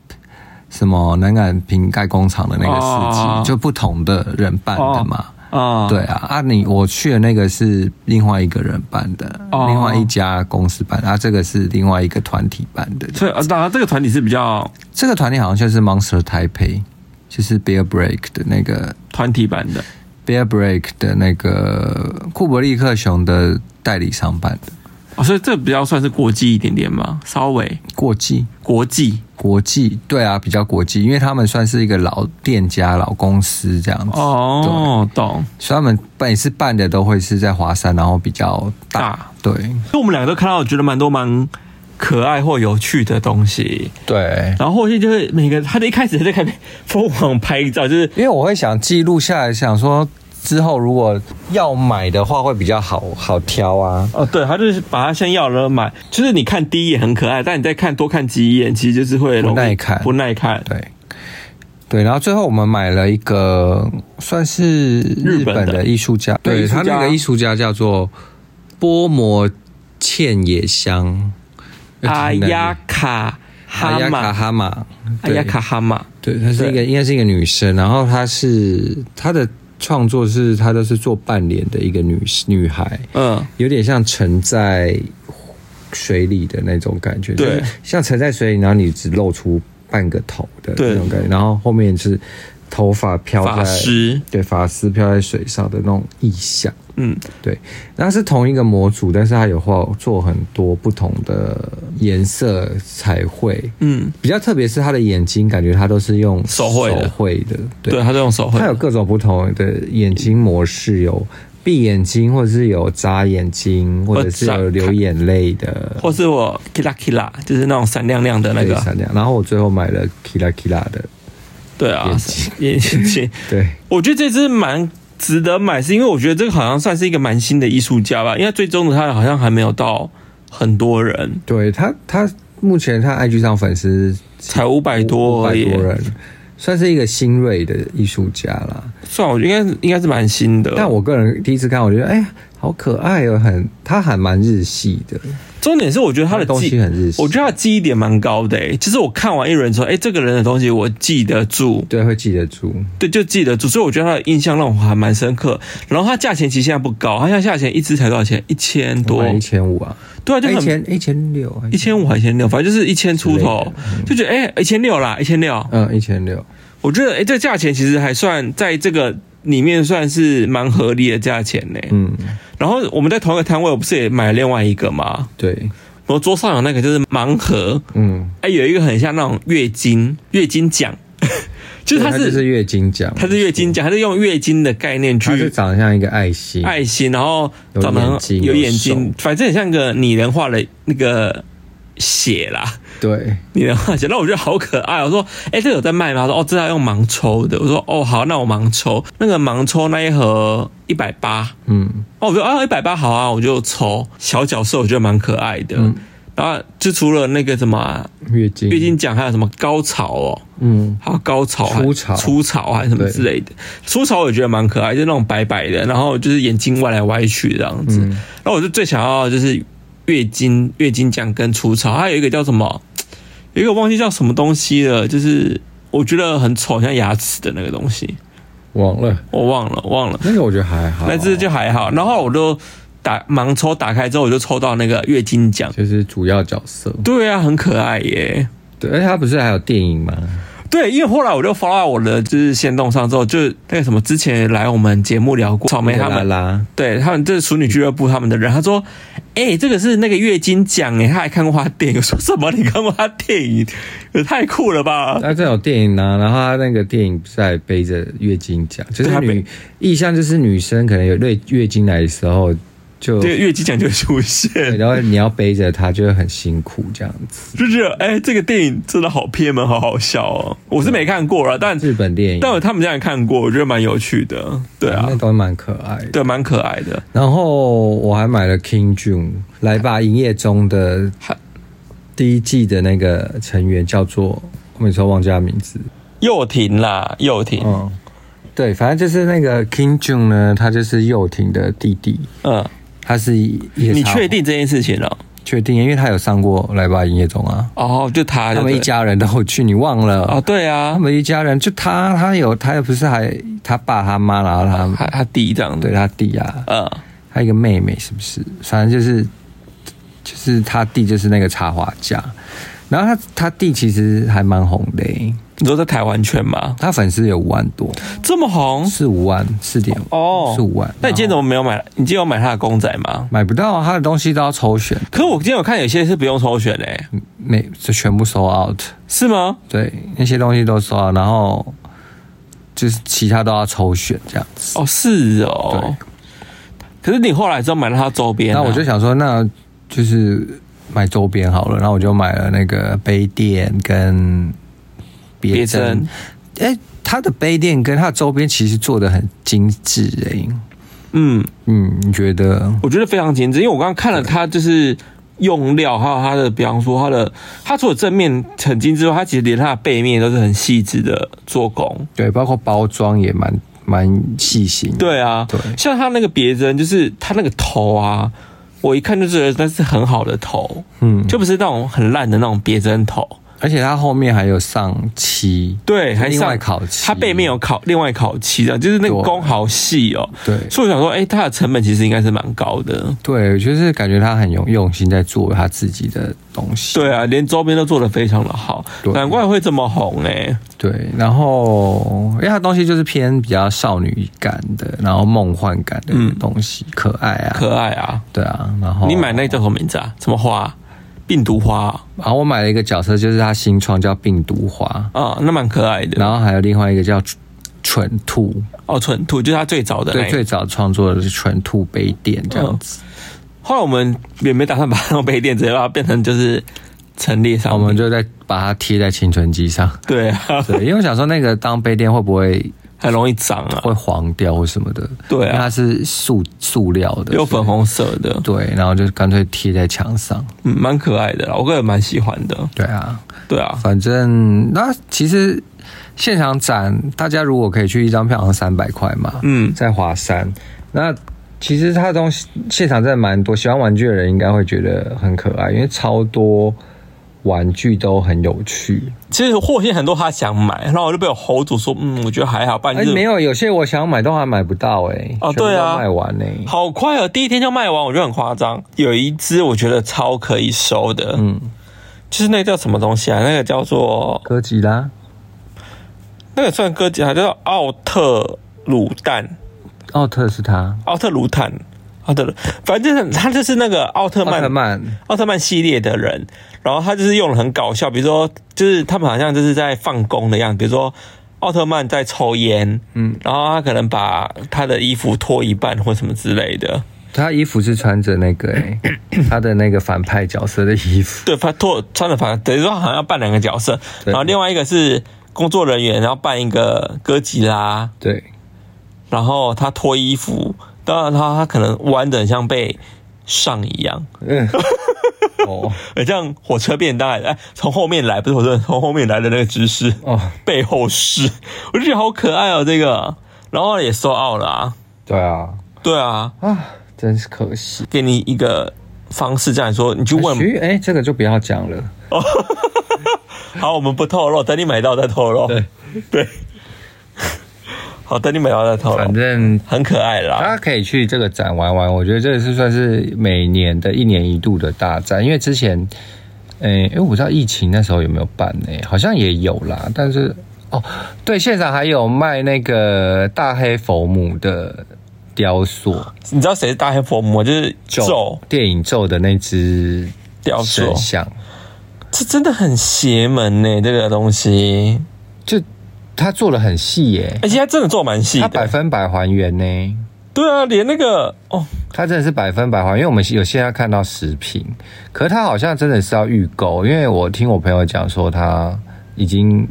C: 什么南港瓶盖工厂的那个市集，
A: 哦
C: 就不同的人办的嘛。
A: 啊，
C: 对啊，啊你我去的那个是另外一个人办的，
A: 哦
C: 另外一家公司办的，啊这个是另外一个团体办的。
A: 所以啊，当然这个团体是比较
C: 这个团体好像就是 Monster Taipei，就是 Bear Break 的那个
A: 团体版的
C: Bear Break 的那个库伯利克熊的代理商办的
A: 哦，所以这比较算是国际一点点嘛，稍微
C: 国际
A: 国际
C: 国际对啊，比较国际，因为他们算是一个老店家、老公司这样子，
A: 哦，懂。
C: 所以他们每次办的都会是在华山，然后比较大，
A: 大
C: 对
A: 所以我们两个都看到，觉得蛮多蛮可爱或有趣的东西，
C: 对。
A: 然后后续就是每个他的一开始他就开始 *laughs* 疯狂拍照，就是
C: 因为我会想记录下来，想说之后如果要买的话会比较好好挑啊。
A: 哦，对，他就是把它先要了买，就是你看第一眼很可爱，但你再看多看几眼，其实就是会容易
C: 不耐看
A: 不耐看。
C: 对，对，然后最后我们买了一个算是日
A: 本的
C: 本的艺术家，
A: 对
C: 对
A: 艺术
C: 他
A: 家
C: 那个艺术家叫做波摩茜野香，
A: 阿亚卡哈
C: 阿亚卡
A: 马，
C: 哈马，
A: 阿亚卡哈马，
C: 对，对，她是一个应该是一个女生，然后她是她的创作是她都是做半脸的一个女女孩，
A: 嗯，
C: 有点像沉在水里的那种感觉，
A: 对，
C: 像沉在水里，然后你只露出半个头的
A: 对
C: 那种感觉，然后后面是头发飘
A: 法
C: 在，
A: 师，
C: 对，发丝飘在水上的那种意象，
A: 嗯，
C: 对，那是同一个模组，但是它有画做很多不同的颜色彩绘，
A: 嗯，
C: 比较特别是他的眼睛，感觉他都是用
A: 手绘的
C: 手绘的，对
A: 对，他就用手绘
C: 它，有各种不同的眼睛模式，有闭眼睛，或者是有眨眼睛，或者是有流眼泪的，
A: 或是我 kila kila，就是那种闪亮亮的那
C: 对
A: 个，
C: 闪亮。然后我最后买了 Kila Kila 的
A: 对啊
C: 眼镜，
A: 眼镜，
C: 对，
A: *laughs* 我觉得这只蛮值得买，是因为我觉得这个好像算是一个蛮新的艺术家吧，因为最终的他好像还没有到很多人，
C: 对他他目前他 IG 上粉丝
A: 才五百多而
C: 百
A: 已，
C: 多人，算是一个新锐的艺术家啦。
A: 算我觉得应该应该是蛮新的。
C: 但我个人第一次看，我觉得哎呀，好可爱哦，很他还蛮日系的，
A: 重点是我觉得他的
C: 东
A: 记
C: 西很日系，
A: 我觉得他的记忆点蛮高的、欸，就是我看完一轮之后，哎、这个人的东西我记得住，
C: 对会记得住。
A: 对，就记得住，所以我觉得他的印象让我还蛮深刻。然后他价钱其实现在不高，他现在价钱一支才多少钱？一千多，
C: 一千五啊，
A: 对啊，就
C: 一
A: 很
C: 千一千六啊，
A: 一千五还一千六，反正就是一千出头
C: 之类的，
A: 就觉得哎一千六啦，一千六，
C: 嗯一千六，
A: 我觉得哎、这价钱其实还算在这个里面算是蛮合理的价钱呢、
C: 嗯
A: 然后我们在同一个摊位，我不是也买了另外一个吗？
C: 对，
A: 我桌上有那个就是盲盒，
C: 嗯，
A: 哎、有一个很像那种月经月经奖， *laughs* 就是它
C: 对就是是月经奖，
A: 它是月经奖，它是用月经的概念
C: 它是
A: 去
C: 长得像一个爱心，
A: 爱心，然后
C: 有
A: 长得
C: 眼睛
A: 很有
C: 有
A: 眼睛
C: 手，
A: 反正很像个拟人化的那个血啦。
C: 对，
A: 你的幻想，那我觉得好可爱。我说，哎、这个有在卖吗？他说，哦，这要用盲抽的。我说，哦，好，那我盲抽。那个盲抽那一盒一百八，
C: 嗯
A: 哦，我说啊，一百八好啊，我就抽。小角色我觉得蛮可爱的。
C: 嗯
A: 然后就除了那个什么啊
C: 月经
A: 月经奖，还有什么高潮哦，
C: 嗯
A: 还有高潮啊、
C: 初潮
A: 初潮还是什么之类的。初潮我觉得蛮可爱，就那种白白的，然后就是眼睛歪来歪去这样子。
C: 嗯
A: 然后我就最想要的就是月经月经酱跟除草，还有一个叫什么，有一个忘记叫什么东西了，就是我觉得很丑，像牙齿的那个东西，
C: 忘了
A: 我忘了忘了，
C: 那个我觉得还好，啊
A: 那这就还
C: 哦
A: 好。然后我就打盲抽打开之后，我就抽到那个月经酱，
C: 就是主要角色，
A: 对啊，很可爱耶。
C: 对，而且他不是还有电影吗？
A: 对，因为后来我就 follow 到我的就是线动上之后，就那个什么之前来我们节目聊过草莓他
C: 拉
A: 们
C: 拉，
A: 对他们这是熟女俱乐部他们的人，他说：“哎、这个是那个月经奖哎，他还看过他电影。”我说：“什么？你看过他电影？也太酷了吧
C: 他这有电影呢、啊然后他那个电影不是还背着月经奖，就
A: 对
C: 是
A: 他
C: 女
A: 背
C: 意象，就是女生可能有月月经来的时候就！”
A: 这个月经奖就会出现，
C: 然后你要背着它就会很辛苦这样子。
A: 就觉得哎、这个电影真的好偏门，好好笑哦。我是没看过了，但
C: 日本电影，
A: 但我他们家人看过，我觉得蛮有趣的。对啊
C: 那，都蛮可爱的。
A: 对，蛮可爱的。
C: 然后我还买了 King June 来吧营业中的
A: 还
C: 第一季的那个成员叫做，我每次都忘记他名字。
A: 又婷啦，又婷，
C: 嗯，对，反正就是那个 King June 呢，他就是幼婷的弟弟，
A: 嗯，
C: 他是夜
A: 你
C: 叉
A: 确定这件事情了、
C: 确定，因为他有上过来吧营业中啊。
A: 哦，就他，
C: 他
A: 就
C: 们
A: 对
C: 一家人都有去，你忘了？
A: 哦，对
C: 他
A: 啊，
C: 们一家人就他，他有他又不是还他爸他妈，然后
A: 他
C: 他
A: 他弟这样子，
C: 对他弟啊，
A: 嗯。
C: 还有一个妹妹是不是？反正就是就是他弟就是那个插画家，然后他他弟其实还蛮红的欸、
A: 你说在台湾圈吗？
C: 他粉丝有五万多，
A: 这么红，
C: 四五万四点
A: 哦
C: 四五万。
A: 那你今天怎
C: 么
A: 么没有买？你今天有买他的公仔吗？
C: 买不到啊？他的东西都要抽选，
A: 可我今天有看有些是不用抽选嘞、欸
C: 每就全部 sold out，
A: 是吗？
C: 对，那些东西都 sold out，然后就是其他都要抽选这样子。
A: 哦，是哦。可是你后来之后买了他周边、啊，
C: 那我就想说，那就是买周边好了。然后我就买了那个杯垫跟别针。哎、它的杯垫跟它的周边其实做的很精致哎、
A: 嗯，
C: 嗯，你觉得？
A: 我觉得非常精致，因为我刚刚看了他就是用料，还有他的，比方说他的，他除了正面很精致之外，他其实连他的背面都是很细致的做工。
C: 对，包括包装也蛮蛮细心。，
A: 对啊，
C: 对
A: 像他那个别针，就是他那个头啊，我一看就觉得那是很好的头，
C: 嗯，
A: 就不是那种很烂的那种别针头。
C: 而且它后面还有上漆，
A: 对，还
C: 另
A: 上
C: 外烤漆，
A: 它背面有烤另外烤漆的，就是那个
C: 对
A: 工好细哦。
C: 对
A: 所以我想说，哎、它的成本其实应该是蛮高的。
C: 对，就是感觉他很用用心在做他自己的东西。
A: 对啊，连周边都做得非常的好，
C: 对
A: 难怪会这么红哎、
C: 对，然后因为它东西就是偏比较少女感的，然后梦幻感的东西，可爱啊，
A: 嗯可爱啊！
C: 对啊，然后
A: 你买那个叫什么名字啊？什么花？病毒花啊，
C: 然后我买了一个角色，就是他新创叫病毒花，
A: 啊那蛮可爱的。
C: 然后还有另外一个叫蠢兔，
A: 哦，蠢兔就是他最早的那
C: 对，
A: 一个。
C: 最早创作的是蠢兔杯垫这样子，
A: 嗯后来我们也没打算把它弄杯垫，直接把它变成就是陈列上
C: 我
A: 面，
C: 们就在把它贴在青春机上。
A: 对 *laughs* 啊，
C: *laughs* 对，因为我想说那个当杯垫会不会
A: 很容易脏啊，
C: 会黄掉或什么的？
A: 对啊
C: 因为它是塑塑料的，
A: 有粉红色的，
C: 所以。对，然后就干脆贴在墙上。
A: 嗯，蛮可爱的啦，我个人蛮喜欢的。
C: 对啊，
A: 对啊，
C: 反正那其实现场展，大家如果可以去一张票，好像三百块嘛。
A: 嗯
C: 在华山，那其实它的东西现场真的蛮多，喜欢玩具的人应该会觉得很可爱，因为超多玩具都很有趣。
A: 其实货现很多他想买，然后我就被我 hold 住说，嗯，我觉得还好，不然
C: 哎、
A: 就是
C: 没有，有些我想买都还买不到哎、
A: 哦
C: 全部都
A: 对啊
C: 卖完呢、
A: 好快哦，第一天就卖完，我觉得很夸张。有一只我觉得超可以收的，嗯，就是那个叫什么东西啊？那个叫做
C: 哥吉拉，
A: 那个算哥吉拉，叫做奥特卤蛋，
C: 奥特是他，
A: 奥特卤蛋，奥特，反正就是他就是那个奥特
C: 奥
A: 曼
C: 特曼，
A: 奥特曼系列的人，然后他就是用了很搞笑，比如说就是他们好像就是在放工的样子，比如说奥特曼在抽烟，嗯，然后他可能把他的衣服脱一半或什么之类的，
C: 他衣服是穿着那个哎、他的那个反派角色的衣服，
A: 对，他脱穿的反等于说好像要扮两个角色，
C: 对
A: 然后另外一个是工作人员，然后扮一个哥吉拉，
C: 对，
A: 然后他脱衣服，当然他他可能弯的很像被上一样，
C: 嗯，哦
A: 很像火车便当，哎，从后面来不是火车，从后面来的那个姿势。
C: 哦，
A: 背后是，我就觉得好可爱哦，这个，然后也收奥了啊，
C: 对啊，
A: 对啊，
C: 啊，真是可惜。
A: 给你一个方式这样说，你去问，
C: 徐哎、这个就不要讲了。
A: 好，我们不透露，等你买到再透露，对， *laughs* 好，等你买到再透
C: 反
A: 露，
C: 正啊
A: 很可爱
C: 大
A: 啦，
C: 家可以去这个展玩玩，我觉得这是算是每年的一年一度的大展，因为之前，诶、因为我不知道疫情那时候有没有办呢、好像也有啦，但是哦，对，现场还有卖那个大黑佛母的雕塑，
A: 你知道谁是大黑佛魔？就是咒
C: 电影咒的那只
A: 雕塑
C: 神，像，
A: 这真的很邪门呢、这个东西，
C: 就他做的很细耶、
A: 而且它真的做蛮细
C: 他百
A: 的，
C: 分百还原呢、
A: 对啊，连那个哦，
C: 它真的是百分百还，因为我们有现在看到食品，可是它好像真的是要预购，因为我听我朋友讲说，它已经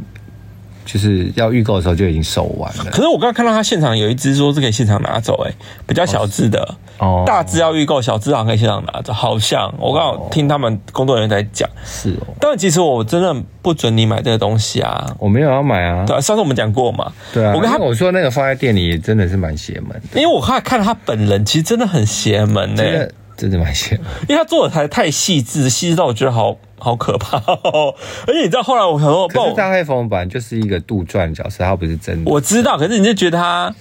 C: 就是要预购的时候就已经售完了。
A: 可是我刚刚看到他现场有一只说是可以现场拿走、哎，比较小只的。
C: 哦
A: 大只要预购，小只好像可以现场拿着，好像我刚好听他们工作人员在讲。
C: 是哦，
A: 但其实我真的不准你买这个东西啊。
C: 我没有要买啊
A: 对，啊，上次我们讲过嘛。
C: 对啊，
A: 我
C: 我
A: 跟
C: 跟
A: 他，
C: 我说那个放在店里也真的是蛮邪门的，
A: 因为我看看他本人，其实真的很邪门呢、
C: 真的真的蛮
A: *laughs*
C: 邪门。
A: 因为他做的太太细致，细致到我觉得好好可怕、哦。 *laughs* 而且你知道后来我想说，
C: 可
A: 不
C: 是大黑风版就是一个杜撰的角色，它不是真的。
A: 我知道，可是你就觉得他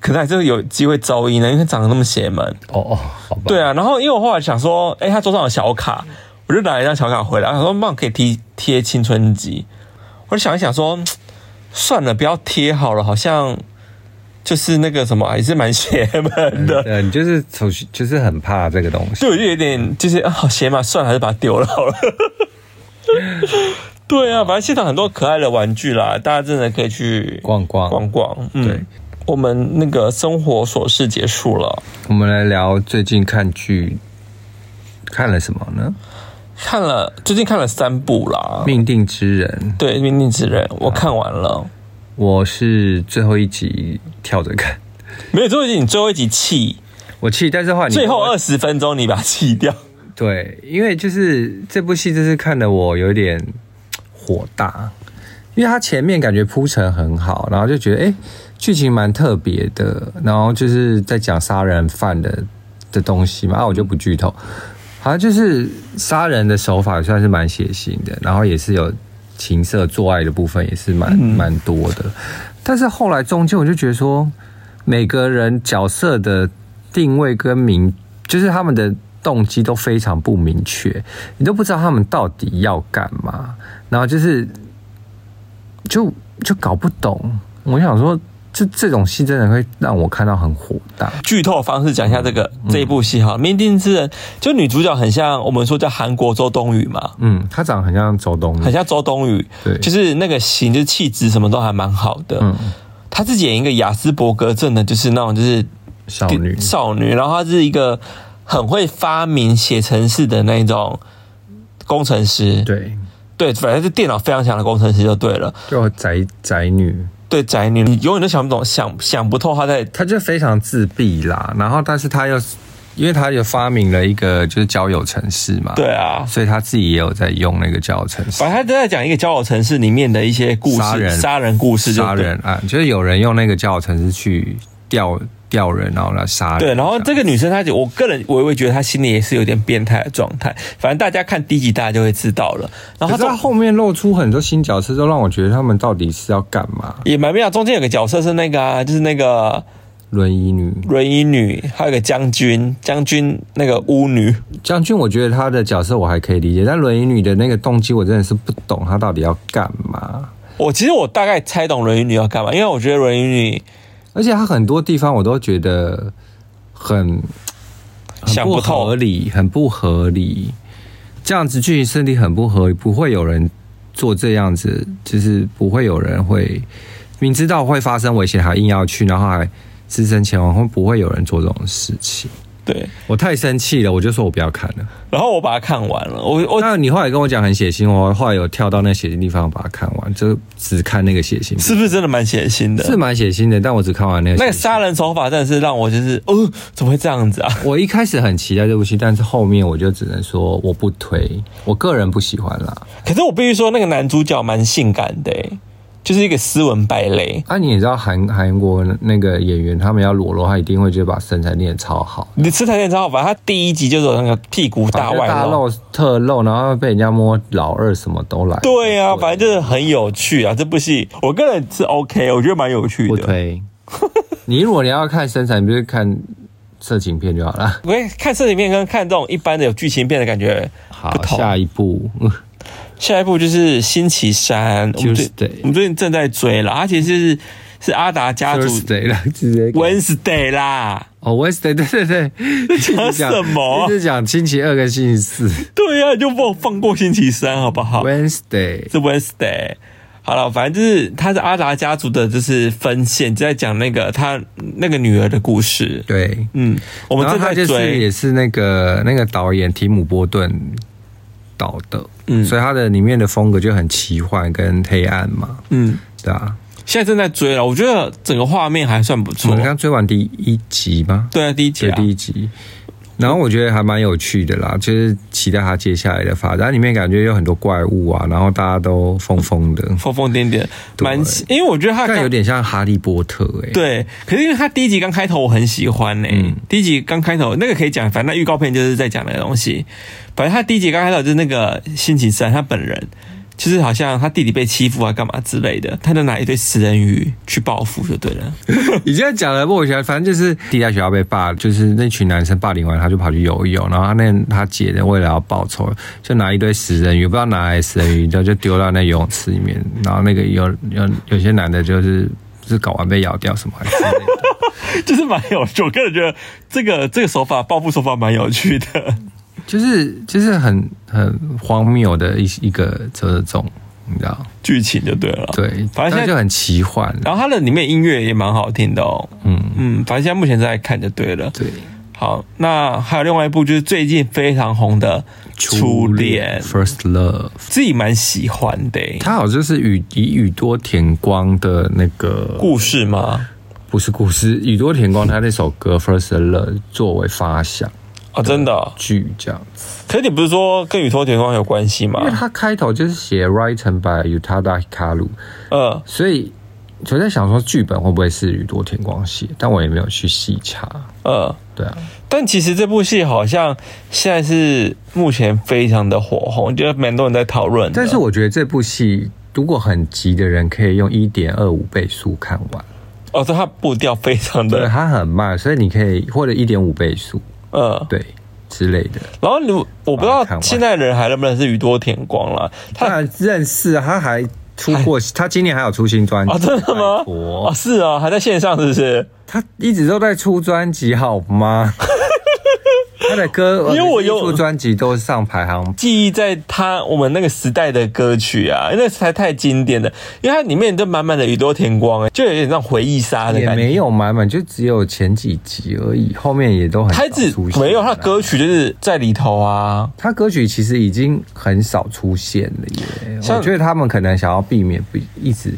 A: 可能还真的有机会招阴呢，因为他长得那么邪门。
C: 哦哦，好吧。
A: 对啊，然后因为我后来想说，哎、他桌上有小卡，我就拿了一张小卡回来，想说那可以贴贴青春集。我就想一想说，嗯算了，不要贴好了，好像就是那个什么，还是蛮邪门的。
C: 对，你就是首先就是很怕这个东西
A: 对，。我就有点就是啊，好邪嘛，算了，还是把它丢了好
C: *laughs*
A: 了。对
C: 哦
A: 啊，反正现场很多可爱的玩具啦，大家真的可以去
C: 逛逛
A: 逛逛。
C: 对
A: 嗯，我们那个生活琐事结束了。
C: 我们来聊最近看剧看了什么呢？
A: 看了最近看了三部啦，
C: 命定之人，
A: 对《命令之人》，
C: 啊
A: 我看完了。
C: 我是最后一集跳着看， *laughs*
A: 没有最后一集，你最后一集弃，
C: 我气，但是话你
A: 最后二十分钟你把它弃掉。
C: 对，因为就是这部戏，这次看的我有点火大，因为它前面感觉铺陈很好，然后就觉得哎，诶剧情蛮特别的，然后就是在讲杀人犯的的东西嘛，啊，我就不剧透，好像就是杀人的手法算是蛮血腥的，然后也是有情色做爱的部分，也是蛮
A: 嗯
C: 蛮多的，但是后来中间我就觉得说，每个人角色的定位跟明，就是他们的动机都非常不明确，你都不知道他们到底要干嘛，然后就是就就搞不懂。我想说，这这种戏真的会让我看到很火大。
A: 剧透的方式讲一下这个、
C: 嗯
A: 这一部戏哈，《命定之人》就女主角很像我们说叫韩国周冬雨嘛，
C: 嗯，他长得很像周冬
A: 很
C: 雨，
A: 像周冬雨
C: 嗯对，
A: 就是那个型、就是气质什么都还蛮好的。
C: 嗯
A: 她自己演一个雅斯伯格症的，就是那种就是
C: 少女，
A: 少女，然后她是一个很会发明写程式的那种工程师，
C: 对，
A: 对，反正是电脑非常强的工程师就对了。
C: 就宅宅女，
A: 对宅女，你永远都想不懂，想想不透他在
C: 她就非常自闭啦。然后，但是她又因为她有发明了一个就是交友程式嘛，
A: 对，啊。
C: 所以她自己也有在用那个交友程式
A: 反正他都在讲一个交友城市里面的一些故事，
C: 杀人
A: 故事就对
C: 杀人案，就是有人用那个交友程式去钓钓人，然后来杀人。
A: 对，然后这
C: 个
A: 个女生她就，我个人我也会觉得她心里也是有点变态的状态。反正大家看第一集大家就会知道了。然后
C: 可是
A: 她
C: 她
A: 中
C: 后面露出很多新角色，都让我觉得他们到底是要干嘛？
A: 也蛮妙，中间有个角色是那个、啊，就是那个
C: 轮椅女
A: 轮椅女，还有个将军，将军那个巫女，
C: 将军，我觉得她的角色我还可以理解，但轮椅女的那个动机我真的是不懂，她到底要干嘛？
A: 我其实我大概猜懂轮椅女要干嘛，因为我觉得轮椅女
C: 而且她很多地方我都觉得很很
A: 想
C: 不
A: 不透
C: 合理，很不合理。这样子去身体很不合理，不会有人做这样子，就是不会有人会明知道会发生危险还硬要去，然后还只身前往，会不会有人做这种事情？
A: 对，
C: 我太生气了，我就说我不要看了。
A: 然后我把它看完了，我我
C: 那你后来跟我讲很血腥，我后来有跳到那血腥地方把它看完，就只看那个血腥，
A: 是不是真的蛮血腥的？
C: 是蛮血腥的，但我只看完那个血腥。
A: 那个杀人手法真的是让我就是，哦，怎么会这样子啊？
C: *laughs* 我一开始很期待这部戏，但是后面我就只能说我不推，我个人不喜欢啦。
A: 可是我必须说，那个男主角蛮性感的、欸，就是一个斯文败类。
C: 啊，你也知道韩韩国那个演员他们要裸露，他一定会就把身材练得超好，
A: 你吃台电超好玩，他第一集就有那个屁股大外
C: 大
A: 露，
C: 露特露，然后被人家摸老二什么都来。
A: 对啊，反正就是很有趣啊。这部戏我个人是 OK，我觉得蛮有趣
C: 不
A: 的。
C: 推。你如果你要看身材，你不是看色情片就好了。
A: 我会看这影片跟看这种一般的有剧情片的感觉
C: 好
A: 不，同。
C: 下一步
A: 下一部就是《星期三》，我们最
C: Tuesday
A: 我们最近正在追了，它其实是是阿达家
C: *laughs*
A: 族
C: Thursday 了，直接给
A: Wednesday 啦。
C: 哦 Wednesday，对对对，一直
A: 什么
C: 一直讲星期二跟星期四
A: 对呀、啊，你就不放过星期三好不好？
C: Wednesday。
A: 是 Wednesday。好了，反正就是他是阿达家族的，就是分线，就在讲那个他那个女儿的故事。
C: 对，
A: 嗯，我们
C: 然后
A: 正在
C: 他就是
A: 追，
C: 也是那个那个导演提姆波顿导的，
A: 嗯
C: 所以他的里面的风格就很奇幻跟黑暗嘛，
A: 嗯，
C: 对啊。
A: 现在正在追了。我觉得整个画面还算不
C: 我
A: 错
C: 们。刚追完第一集吗？
A: 对啊，第一集
C: 对，
A: 啊，
C: 第一集。然后我觉得还蛮有趣的啦，就是期待他接下来的发展。它里面感觉有很多怪物啊，然后大家都疯疯的，
A: 疯疯癫癫，蛮，因为我觉得他
C: 但
A: 刚
C: 有点像哈利波特哎、
A: 对，可是因为他第一集刚开头我很喜欢呢、
C: 嗯
A: 第一集刚开头那个可以讲，反正那预告片就是在讲那个东西。反正他第一集刚开头就是那个星期三，他本人就是好像他弟弟被欺负啊，干嘛之类的，他就拿一堆食人鱼去报复就对了。 *laughs*
C: 你现在讲的我觉得反正就是地下学校被霸，就是那群男生霸凌完，他就跑去游泳，然后他那他姐的为了要报仇，就拿一堆食人鱼，不知道哪来的食人鱼，然后就丢到那游泳池里面，然后那个有有有些男的就是。就是搞完被咬掉什么之类的，
A: 就是蛮有趣，我个人觉得这个这个手法报复手法蛮有趣的。
C: 就是就是很很荒谬的一一个这种，你知道？
A: 剧情就对了，
C: 对，
A: 反正现在
C: 但就很奇幻。
A: 然后它的里面音乐也蛮好听的哦，
C: 嗯，
A: 嗯，反正现在目前正在看就对了。
C: 对，
A: 好，那还有另外一部就是最近非常红的《初恋》，
C: （First Love），
A: 自己蛮喜欢的、欸、
C: 它好像是宇以宇多田光的那个
A: 故事吗？
C: 不是故事，宇多田光他那首歌《First Love》作为发想
A: 哦，真的哦、
C: 剧这样子，
A: 可是你不是说跟宇多田光有关系吗
C: 因为？他开头就是写 Written by Utada Hikaru，
A: 呃，
C: 所以我在想说剧本会不会是宇多田光写，但我也没有去细查。
A: 呃，
C: 对啊，
A: 但其实这部戏好像现在是目前非常的火红，就是蛮多人在讨论的。
C: 但是我觉得这部戏如果很急的人可以用一点二五倍速看完，
A: 哦，对，它步调非常
C: 对，
A: 的，
C: 它很慢，所以你可以或者一点五倍速，
A: 嗯，
C: 对之类的。
A: 然后你我不知
C: 把它
A: 道
C: 看完
A: 现在人还认不认识宇多田光了，
C: 他
A: 他。
C: 认识啊，他还出过，他今年还有出新专辑
A: 啊，真的吗
C: 拜？托
A: 哦，是啊，还在线上是不是？ *laughs*
C: 他一直都在出专辑，好吗？他的歌，
A: 因为我有
C: 出专辑都上排行，
A: 记忆在他我们那个时代的歌曲啊，因为那才太经典了，因为它里面都满满的宇多田光、欸，就有点那种回忆杀的
C: 也
A: 感觉。
C: 没有满满，就只有前几集而已，后面也都很
A: 他
C: 少
A: 只
C: 出现。啊
A: 没有他的歌，曲就是在里头啊，
C: 他歌曲其实已经很少出现了耶。
A: 像
C: 我觉得他们可能想要避免不一直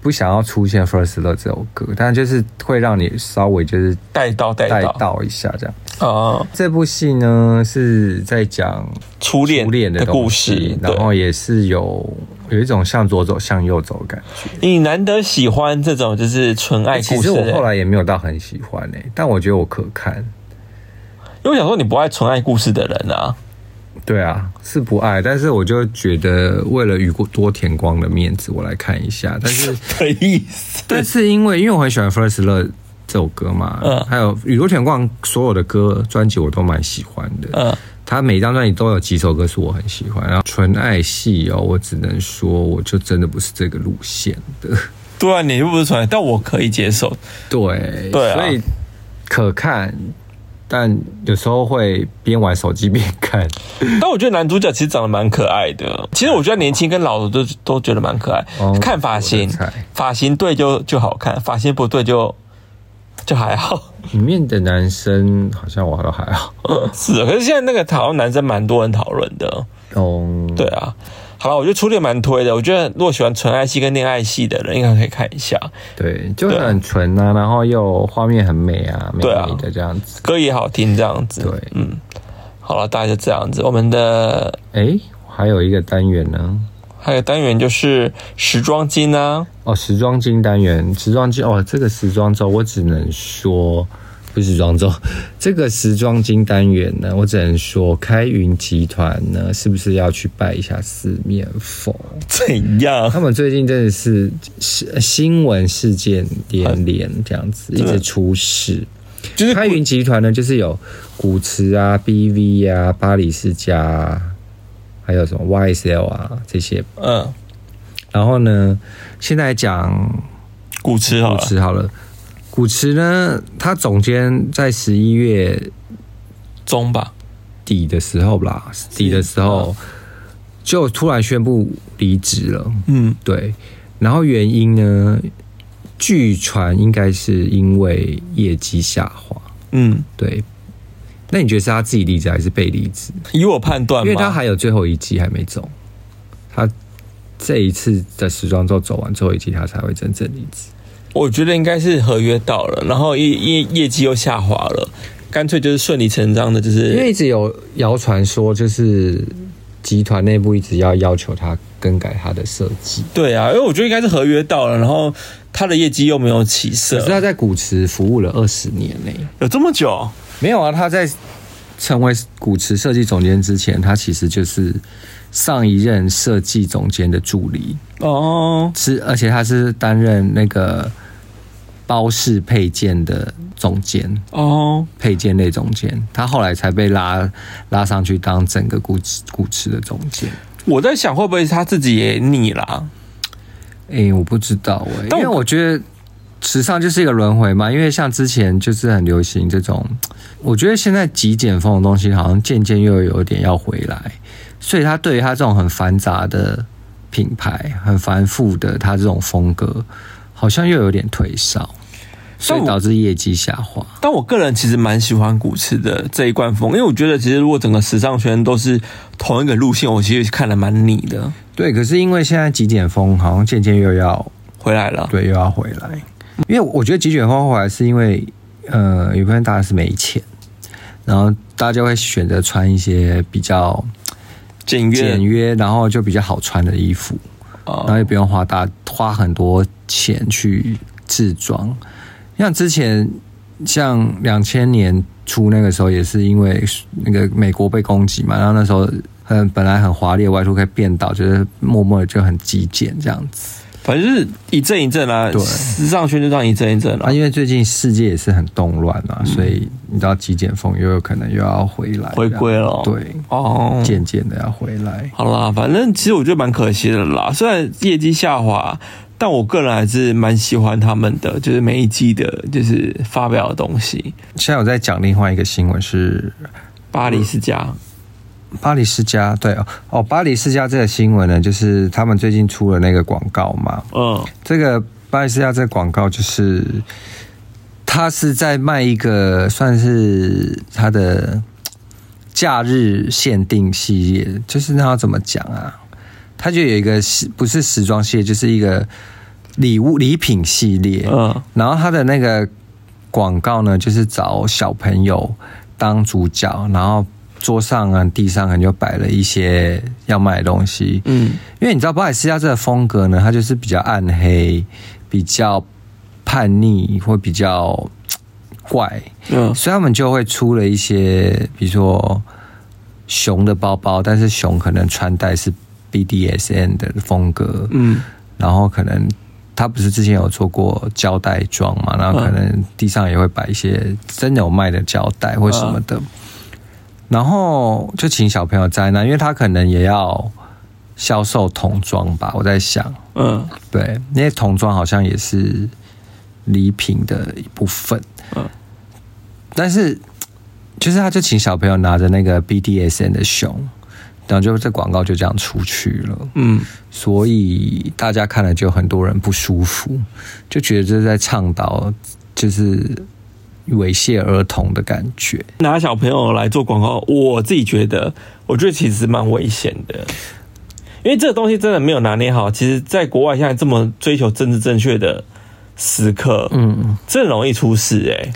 C: 不想要出现《First Love》这首歌，但就是会让你稍微就是
A: 带到带
C: 带
A: 到
C: 到一下这样。
A: 啊，
C: 这部戏呢是在讲
A: 初恋
C: 初恋的
A: 的故
C: 东西
A: 事，
C: 然后也是有有一种向左走向右走的感觉。
A: 对你难得喜欢这种就是纯爱
C: 哎其
A: 故
C: 实
A: 事
C: 我
A: 的人，
C: 后来也没有到很喜欢诶、但我觉得我可看。
A: 因为我想说你不爱纯爱故事的人 *laughs* 啊，
C: 对啊，是不爱，但是我就觉得为了雨过多田光的面子，我来看一下。但
A: *laughs*
C: 是
A: 的意思。
C: 但是因为因为我很喜欢《First Love》这首歌嘛，
A: 嗯
C: 还有宇多田光所有的歌专辑我都蛮喜欢的，
A: 嗯
C: 他每张专辑都有几首歌是我很喜欢，然后纯爱系哦，我只能说我就真的不是这个路线的，
A: 对啊，你又不是纯爱，但我可以接受。
C: 对，
A: 对啊
C: 所以可看，但有时候会边玩手机边看， *laughs*
A: *laughs* 但我觉得男主角其实长得蛮可爱的。其实我觉得年轻跟老的都都觉得蛮可爱。
C: 哦
A: 看发型
C: 我的菜，
A: 发型对就就好看，发型不对就就还好。 *laughs*
C: 里面的男生好像我都还好，
A: 是啊，可是现在那个好像男生蛮多人讨论的。
C: 嗯，
A: 对啊，好了，我觉得初恋蛮推的。我觉得如果喜欢纯爱系跟恋爱系的人，应该可以看一下。
C: 对，就
A: 对啊
C: 很纯啊，然后又画面很美啊，美
A: 对啊
C: 美的这样子，
A: 歌也好听，这样子。
C: 对，
A: 嗯，好了，大概就这样子。我们的
C: 诶，还有一个单元呢，
A: 还有单元就是时装金啊，
C: 哦，时装金单元，时装金哦，这个时装周我只能说，不是时装周， *laughs* 这个时装金单元呢，我只能说，开云集团呢，是不是要去拜一下四面佛？
A: 怎样？
C: 他们最近真的是新新闻事件连连，这样子一直出事。
A: 就是
C: 开云集团呢，就是有古驰啊、BV 啊、巴黎世家、啊，还有什么 YSL 啊这些。
A: 嗯，
C: 然后呢，现在讲
A: 古驰好
C: 古
A: 了，
C: 驰好了，古驰呢，他总监在十一月
A: 中吧。
C: 底的时候啦，底的时候就突然宣布离职了。
A: 嗯，
C: 对，然后原因呢，据传应该是因为业绩下滑。
A: 嗯，
C: 对，那你觉得是他自己离职还是被离职？
A: 以我判断
C: 因
A: 嘛，
C: 为他还有最后一季还没走，他这一次的时装周走完最后一季，他才会真正离职。
A: 我觉得应该是合约到了，然后业业业绩又下滑了，干脆就是顺理成章的，就
C: 因为
A: 是
C: 一直有谣传说，就是集团内部一直要要求他更改他的设计。
A: 对啊，因为我觉得应该是合约到了，然后他的业绩又没有起
C: 可是啊
A: 色，
C: 他在古驰服务了二十年嘞、
A: 有这么久？
C: 没有啊，他在成为古驰设计总监之前，他其实就是上一任设计总监的助理，
A: 哦，
C: 是而且他是担任那个包式配件的总监，
A: 哦，
C: 配件类总监，他后来才被拉拉上去当整个古驰古驰的总监。
A: 我在想会不会是他自己也腻啦？
C: 诶，哎我不知道诶，
A: 但我
C: 因为我觉得时尚就是一个轮回嘛。因为像之前就是很流行这种，我觉得现在极简风的东西好像渐渐又有点要回来，所以他对于他这种很繁杂的品牌、很繁复的他这种风格，好像又有点退烧，所
A: 但
C: 以
A: 我
C: 导致业绩下滑。
A: 但我个人其实蛮喜欢古驰的这一贯风，因为我觉得其实如果整个时尚圈都是同一个路线，我其实看得蛮腻的。
C: 对，可是因为现在极简风好像渐渐又要
A: 回来了，
C: 对又要回来，因为我觉得极简风回来是因为呃，有部分大家是没钱，然后大家会选择穿一些比较
A: 简约
C: 简约，然后就比较好穿的衣服，然后
A: 哦
C: 也不用花大花很多钱去制装。像之前像两千年初那个时候，也是因为那个美国被攻击嘛，然后那时候很本来很华丽的外出可以变到，就是默默的就很极简这样子。
A: 反正就是一阵一阵啊，
C: 对
A: 时尚圈就这样一阵一阵啊
C: 啊，。因为最近世界也是很动乱
A: 嗯
C: 嘛，所以你知道极简风又有可能又要回来，
A: 回归了
C: 这样
A: 哦
C: 对，，渐渐的要回来。
A: 好啦，反正其实我觉得蛮可惜的啦，虽然业绩下滑。但我个人还是蛮喜欢他们的，就是每一季的，就是发表的东西。
C: 现在我在讲另外一个新闻是
A: 巴黎世家，
C: 巴黎世家，对哦哦，巴黎世家这个新闻呢，就是他们最近出了那个广告嘛，
A: 嗯
C: 这个巴黎世家这个广告就是，它是在卖一个算是它的嘖假日限定系列，就是那要怎么讲啊？它就有一个时不是时装系列，就是一个礼物礼品系列。
A: 嗯
C: 然后它的那个广告呢，就是找小朋友当主角，然后桌上啊、地上可能就摆了一些要卖的东西。
A: 嗯，
C: 因为你知道巴黎世家这个风格呢，它就是比较暗黑、比较叛逆或比较嘖怪，
A: 嗯
C: 所以他们就会出了一些，比如说熊的包包，但是熊可能穿戴是 BDSN 的风格，
A: 嗯
C: 然后可能他不是之前有做过胶带装嘛，然后可能地上也会摆一些真的有卖的胶带或什么的，然后就请小朋友在那，因为他可能也要销售童装吧，我在想，
A: 嗯
C: 对，因为童装好像也是礼品的一部分，
A: 嗯
C: 但是就是他就请小朋友拿着那个 BDSN 的熊，然后就这广告就这样出去了，
A: 嗯
C: 所以大家看了就很多人不舒服，就觉得这是在倡导就是猥亵儿童的感觉。
A: 拿小朋友来做广告，我自己觉得，我觉得其实蛮危险的，因为这个东西真的没有拿捏好。其实，在国外现在这么追求政治正确的时刻，
C: 嗯，
A: 真的容易出事哎、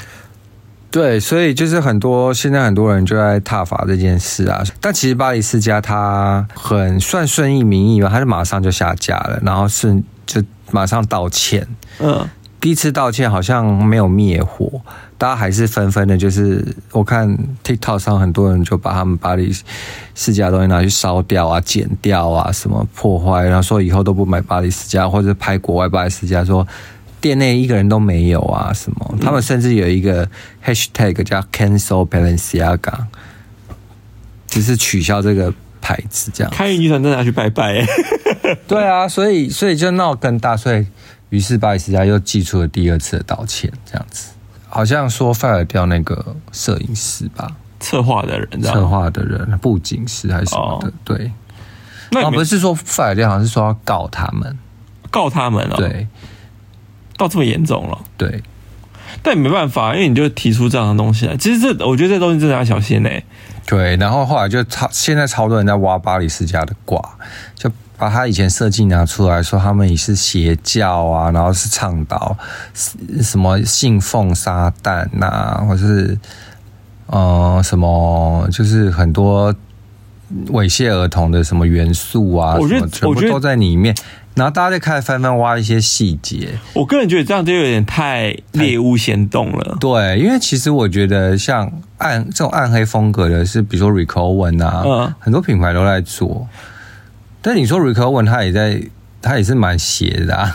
C: 对，所以就是很多现在很多人就在挞伐这件事啊。但其实巴黎世家他很算顺应民意吧，他就马上就下架了，然后是就马上道歉。
A: 嗯
C: 第一次道歉好像没有灭火，大家还是纷纷的，就是我看 TikTok 上很多人就把他们巴黎世家的东西拿去烧掉啊、剪掉啊、什么破坏，然后说以后都不买巴黎世家，或者拍国外巴黎世家，说店内一个人都没有啊什么。他们甚至有一个 hashtag 叫 cancel Balenciaga，就是取消这个牌子这样。
A: 开运集团真的要去拜拜、欸， *laughs*
C: 对啊，所以所以就闹更大，所以于是巴黎世家又寄出了第二次的道歉，这样子，好像说 fire 掉那个摄影师吧，
A: 策划的人，知道
C: 策
A: 吗？
C: 划的人、布景师还是什么的，
A: 哦
C: 对，
A: 那
C: 啊
A: 你
C: 不
A: 们
C: 是说 fire 掉，好像是说要告他们，
A: 告他们哦、，
C: 对
A: 到这么严重了，
C: 对，
A: 但也没办法，因为你就提出这样的东西来。其实这，我觉得这东西真的要小心哎、
C: 对，然后后来就超，现在超多人在挖巴黎世家的卦，就把他以前设计拿出来说，他们也是邪教啊，然后是倡导是什么信奉撒旦呐、或是呃什么，就是很多猥亵儿童的什么元素啊，
A: 我觉得
C: 什么全
A: 我
C: 部
A: 觉得
C: 都在里面。然后大家就开始纷纷挖一些细节，
A: 我个人觉得这样就有点太猎物先动了。
C: 对，因为其实我觉得像暗这种暗黑风格的是，比如说 Rico Owen 啊，
A: 嗯
C: 很多品牌都在做。但你说 Rico Owen 他也在，他也是蛮邪
A: *laughs*
C: 的、啊，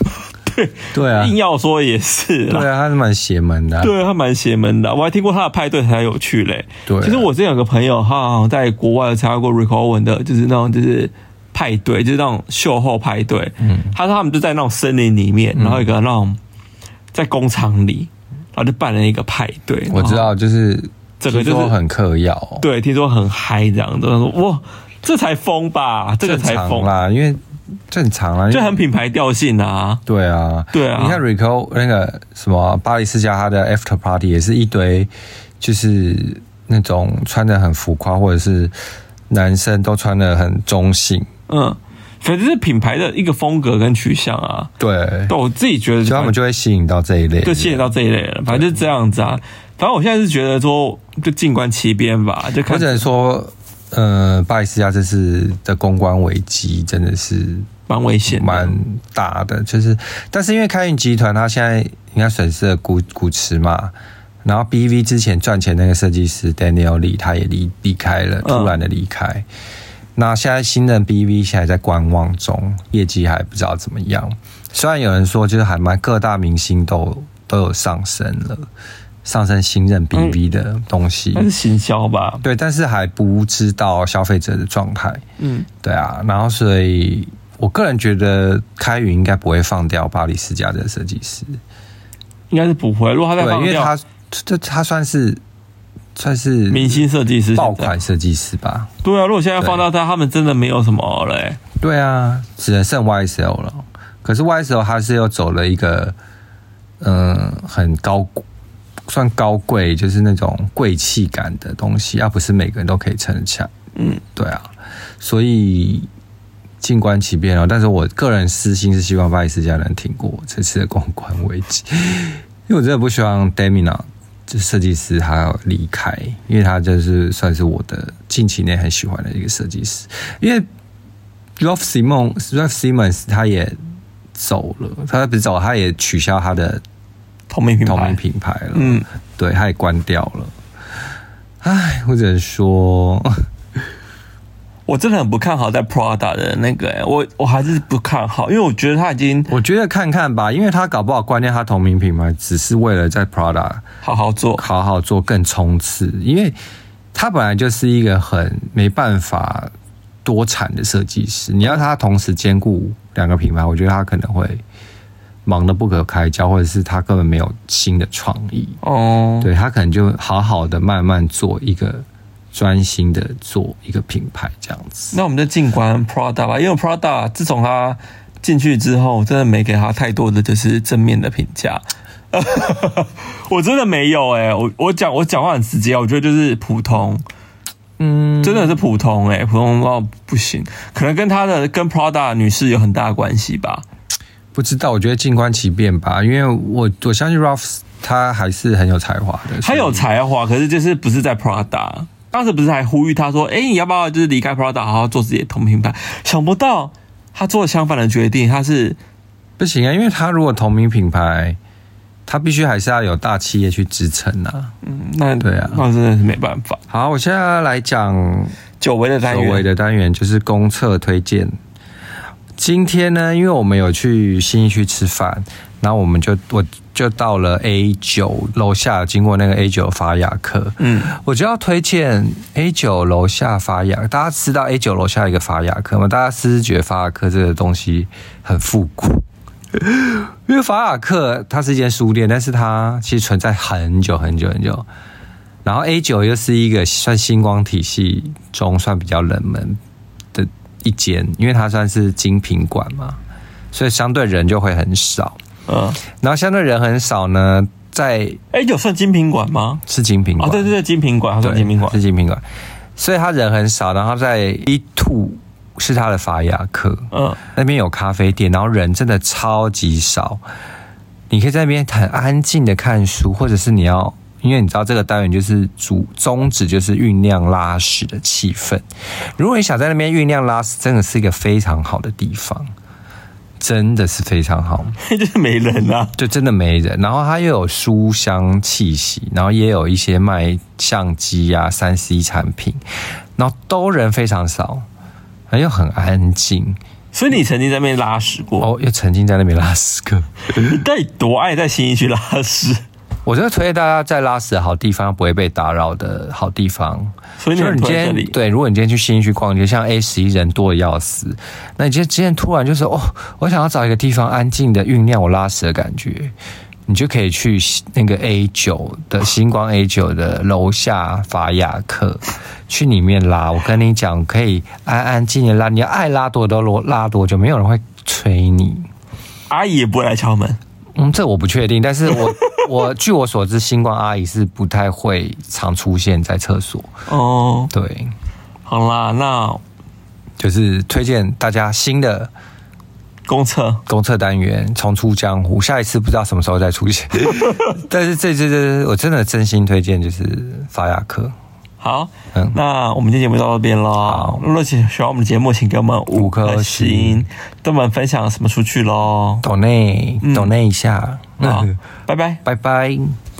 C: 对对啊，
A: 硬要说也是啦
C: 对，啊，他是蛮邪门的啊、
A: 对他蛮邪门的，我还听过他的派对才有趣嘞。
C: 对啊
A: 其实我之前有个朋友，他好像在国外有参加过 Rico Owen 的，就是那种就是派对，就是那种秀后派对。嗯，他说他们就在那种森林里面，
C: 嗯
A: 然后有一个那种在工厂里，然后就办了一个派对。
C: 我知
A: 然后
C: 道，就是
A: 这个就
C: 听
A: 是
C: 说很嗑药、
A: 对，听说很嗨这样子，我说哇，这才疯吧，这个
C: 正
A: 才
C: 常
A: 疯，
C: 啦，因为正常啊啦，因为
A: 就很品牌调性啊。
C: 对啊，
A: 对啊
C: 你看 Rico 那个什么巴黎世家，他的 After Party 也是一堆，就是那种穿的很浮夸，或者是男生都穿的很中性。
A: 嗯，反正是品牌的一个风格跟取向啊。
C: 对，
A: 但我自己觉得，
C: 所以他们就会吸引到这一类人。
A: 就吸引到这一类人，反正就是这样子啊。反正我现在是觉得说，就静观其变吧，就
C: 我
A: 看
C: 只能说，呃，巴黎世家这次的公关危机真的是
A: 蛮危险的。
C: 蛮大的，就是，但是因为开运集团它现在应该损失了股股池嘛，然后 BV 之前赚钱那个设计师 Daniel Lee 他也离离开
A: 嗯
C: 了，突然的离开。那现在新任 BV 现在在观望中，业绩还不知道怎么样。虽然有人说，就是还蛮各大明星都都有上升了，上升新任 BV 的东西，
A: 嗯但是行销吧，
C: 对，但是还不知道消费者的状态。
A: 嗯，
C: 对啊，然后所以我个人觉得开云应该不会放掉巴黎世家的设计师，
A: 应该是不会。如果他再
C: 对，
A: 放
C: 因为
A: 掉
C: 他这他算是算是
A: 明星设计师现在
C: 爆款设计师吧？
A: 对啊，如果现在放到他，他们真的没有什么了、欸。
C: 对啊，只能剩 YSL 了。可是 YSL 他是又走了一个嗯、很高算高贵，就是那种贵气感的东西，啊而、不是每个人都可以撑得起来。
A: 嗯，
C: 对啊，所以静观其变哦。但是我个人私心是希望巴黎世家能挺过这次的公关危机， *laughs* 因为我真的不希望 Demina 这设计师他要离开，因为他就是算是我的近期内很喜欢的一个设计师，因为 Ralph Simon Ralph Simons 他也走了，他不是走，他也取消他的
A: 同名品牌，
C: 同名品牌了，
A: 嗯，
C: 对，他也关掉了。唉，我只能说， *laughs*
A: 我真的很不看好在 Prada 的那个、欸，我我还是不看好，因为我觉得他已经
C: 我觉得看看吧，因为他搞不好关掉他同名品牌，只是为了在 Prada
A: 好好做，
C: 好好做更冲刺，因为他本来就是一个很没办法多产的设计师，你要他同时兼顾两个品牌，我觉得他可能会忙得不可开交，或者是他根本没有新的创意，
A: 哦，
C: 对他可能就好好的慢慢做一个专心的做一个品牌这样子。
A: 那我们就静观 Prada 吧，因为 Prada 自从他进去之后，我真的没给他太多的就是正面的评价。 *laughs* 我真的没有哎、我我讲我讲话很直接，我觉得就是普通，
C: 嗯，
A: 真的是普通哎、普通到不行，可能跟他的跟 Prada 女士有很大的关系吧。
C: 不知道，我觉得静观其变吧，因为我我相信 Ralph 他还是很有才华的，
A: 他有
C: 所以
A: 才华，可是就是不是在 Prada。当时不是还呼吁他说：“哎、你要不要就是离开 Prada，好好做自己的同品牌？”想不到他做了相反的决定，他是
C: 不行啊，因为他如果同名品牌，他必须还是要有大企业去支撑啊。
A: 嗯那
C: 对啊
A: 那真的是没办法。
C: 好，我现在来讲
A: 久违的单
C: 所谓
A: 元，
C: 的单元，就是公测推荐。今天呢，因为我们有去新义区吃饭，然后我们就我就到了 A 九楼下，经过那个 A 九法雅克，
A: 嗯，
C: 我就要推荐 A 九楼下法雅，大家知道 A 九楼下有一个法雅克吗？大家是不是觉得法雅克这个东西很复古？ *laughs* 因为法雅克它是一间书店，但是它其实存在很久很久很久。然后 A 九又是一个算星光体系中算比较冷门的一间，因为它算是精品馆嘛，所以相对人就会很少。
A: 嗯，
C: 然后相对人很少呢，在
A: 哎、有算精品馆吗？
C: 是精品
A: 啊，
C: 馆，
A: 对对对，精品馆，他
C: 对，
A: 算精品馆
C: 是，精品馆，所以他人很少。然后在一 two 是他的法雅克，
A: 嗯，
C: 那边有咖啡店，然后人真的超级少。你可以在那边很安静的看书，或者是你要，因为你知道这个单元就是主宗旨就是酝酿拉屎的气氛。如果你想在那边酝酿拉屎，真的是一个非常好的地方，真的是非常好。
A: *laughs* 就是没人啊。
C: 就真的没人。然后它又有书香气息，然后也有一些卖相机啊、三 C 产品，然后都人非常少，然后又很安静。
A: 所以你曾经在那边拉屎过，
C: 哦，又曾经在那边拉屎过。
A: 你到底多爱在新一区拉屎？
C: *laughs* 我就推荐大家在拉屎的好地方不会被打扰的好地方。
A: 所以你
C: 就是
A: 很
C: 你
A: 推
C: 今
A: 荐这
C: 天
A: 里，
C: 对，如果你今天去新一区逛街，像 A 十一人多的要死，那你今天今天突然就说哦，我想要找一个地方安静的酝酿我拉屎的感觉，你就可以去那个 A 九的星光 A 九的楼下法雅克去里面拉。我跟你讲，可以安安静静地拉，你要爱拉多久都拉多久，没有人会催你。
A: 阿姨也不会来敲门。
C: 嗯，这我不确定，但是我 *laughs* 我据我所知，星光阿姨是不太会常出现在厕所。
A: 哦，
C: 对，
A: 好啦，那
C: 就是推荐大家新的
A: 公厕
C: 公测单元重出江湖，下一次不知道什么时候再出现。但是这这这，我真的真心推荐就是法雅克
A: 好，
C: 嗯
A: 那我们今天节目就到这边喽
C: 好。
A: 如果喜喜欢我们的节目，请给我们
C: 五颗
A: 星
C: 星，
A: 跟我们分享什么出去喽。
C: 抖内抖内一下，
A: 好
C: 嗯，
A: 拜拜。
C: *laughs* 拜拜。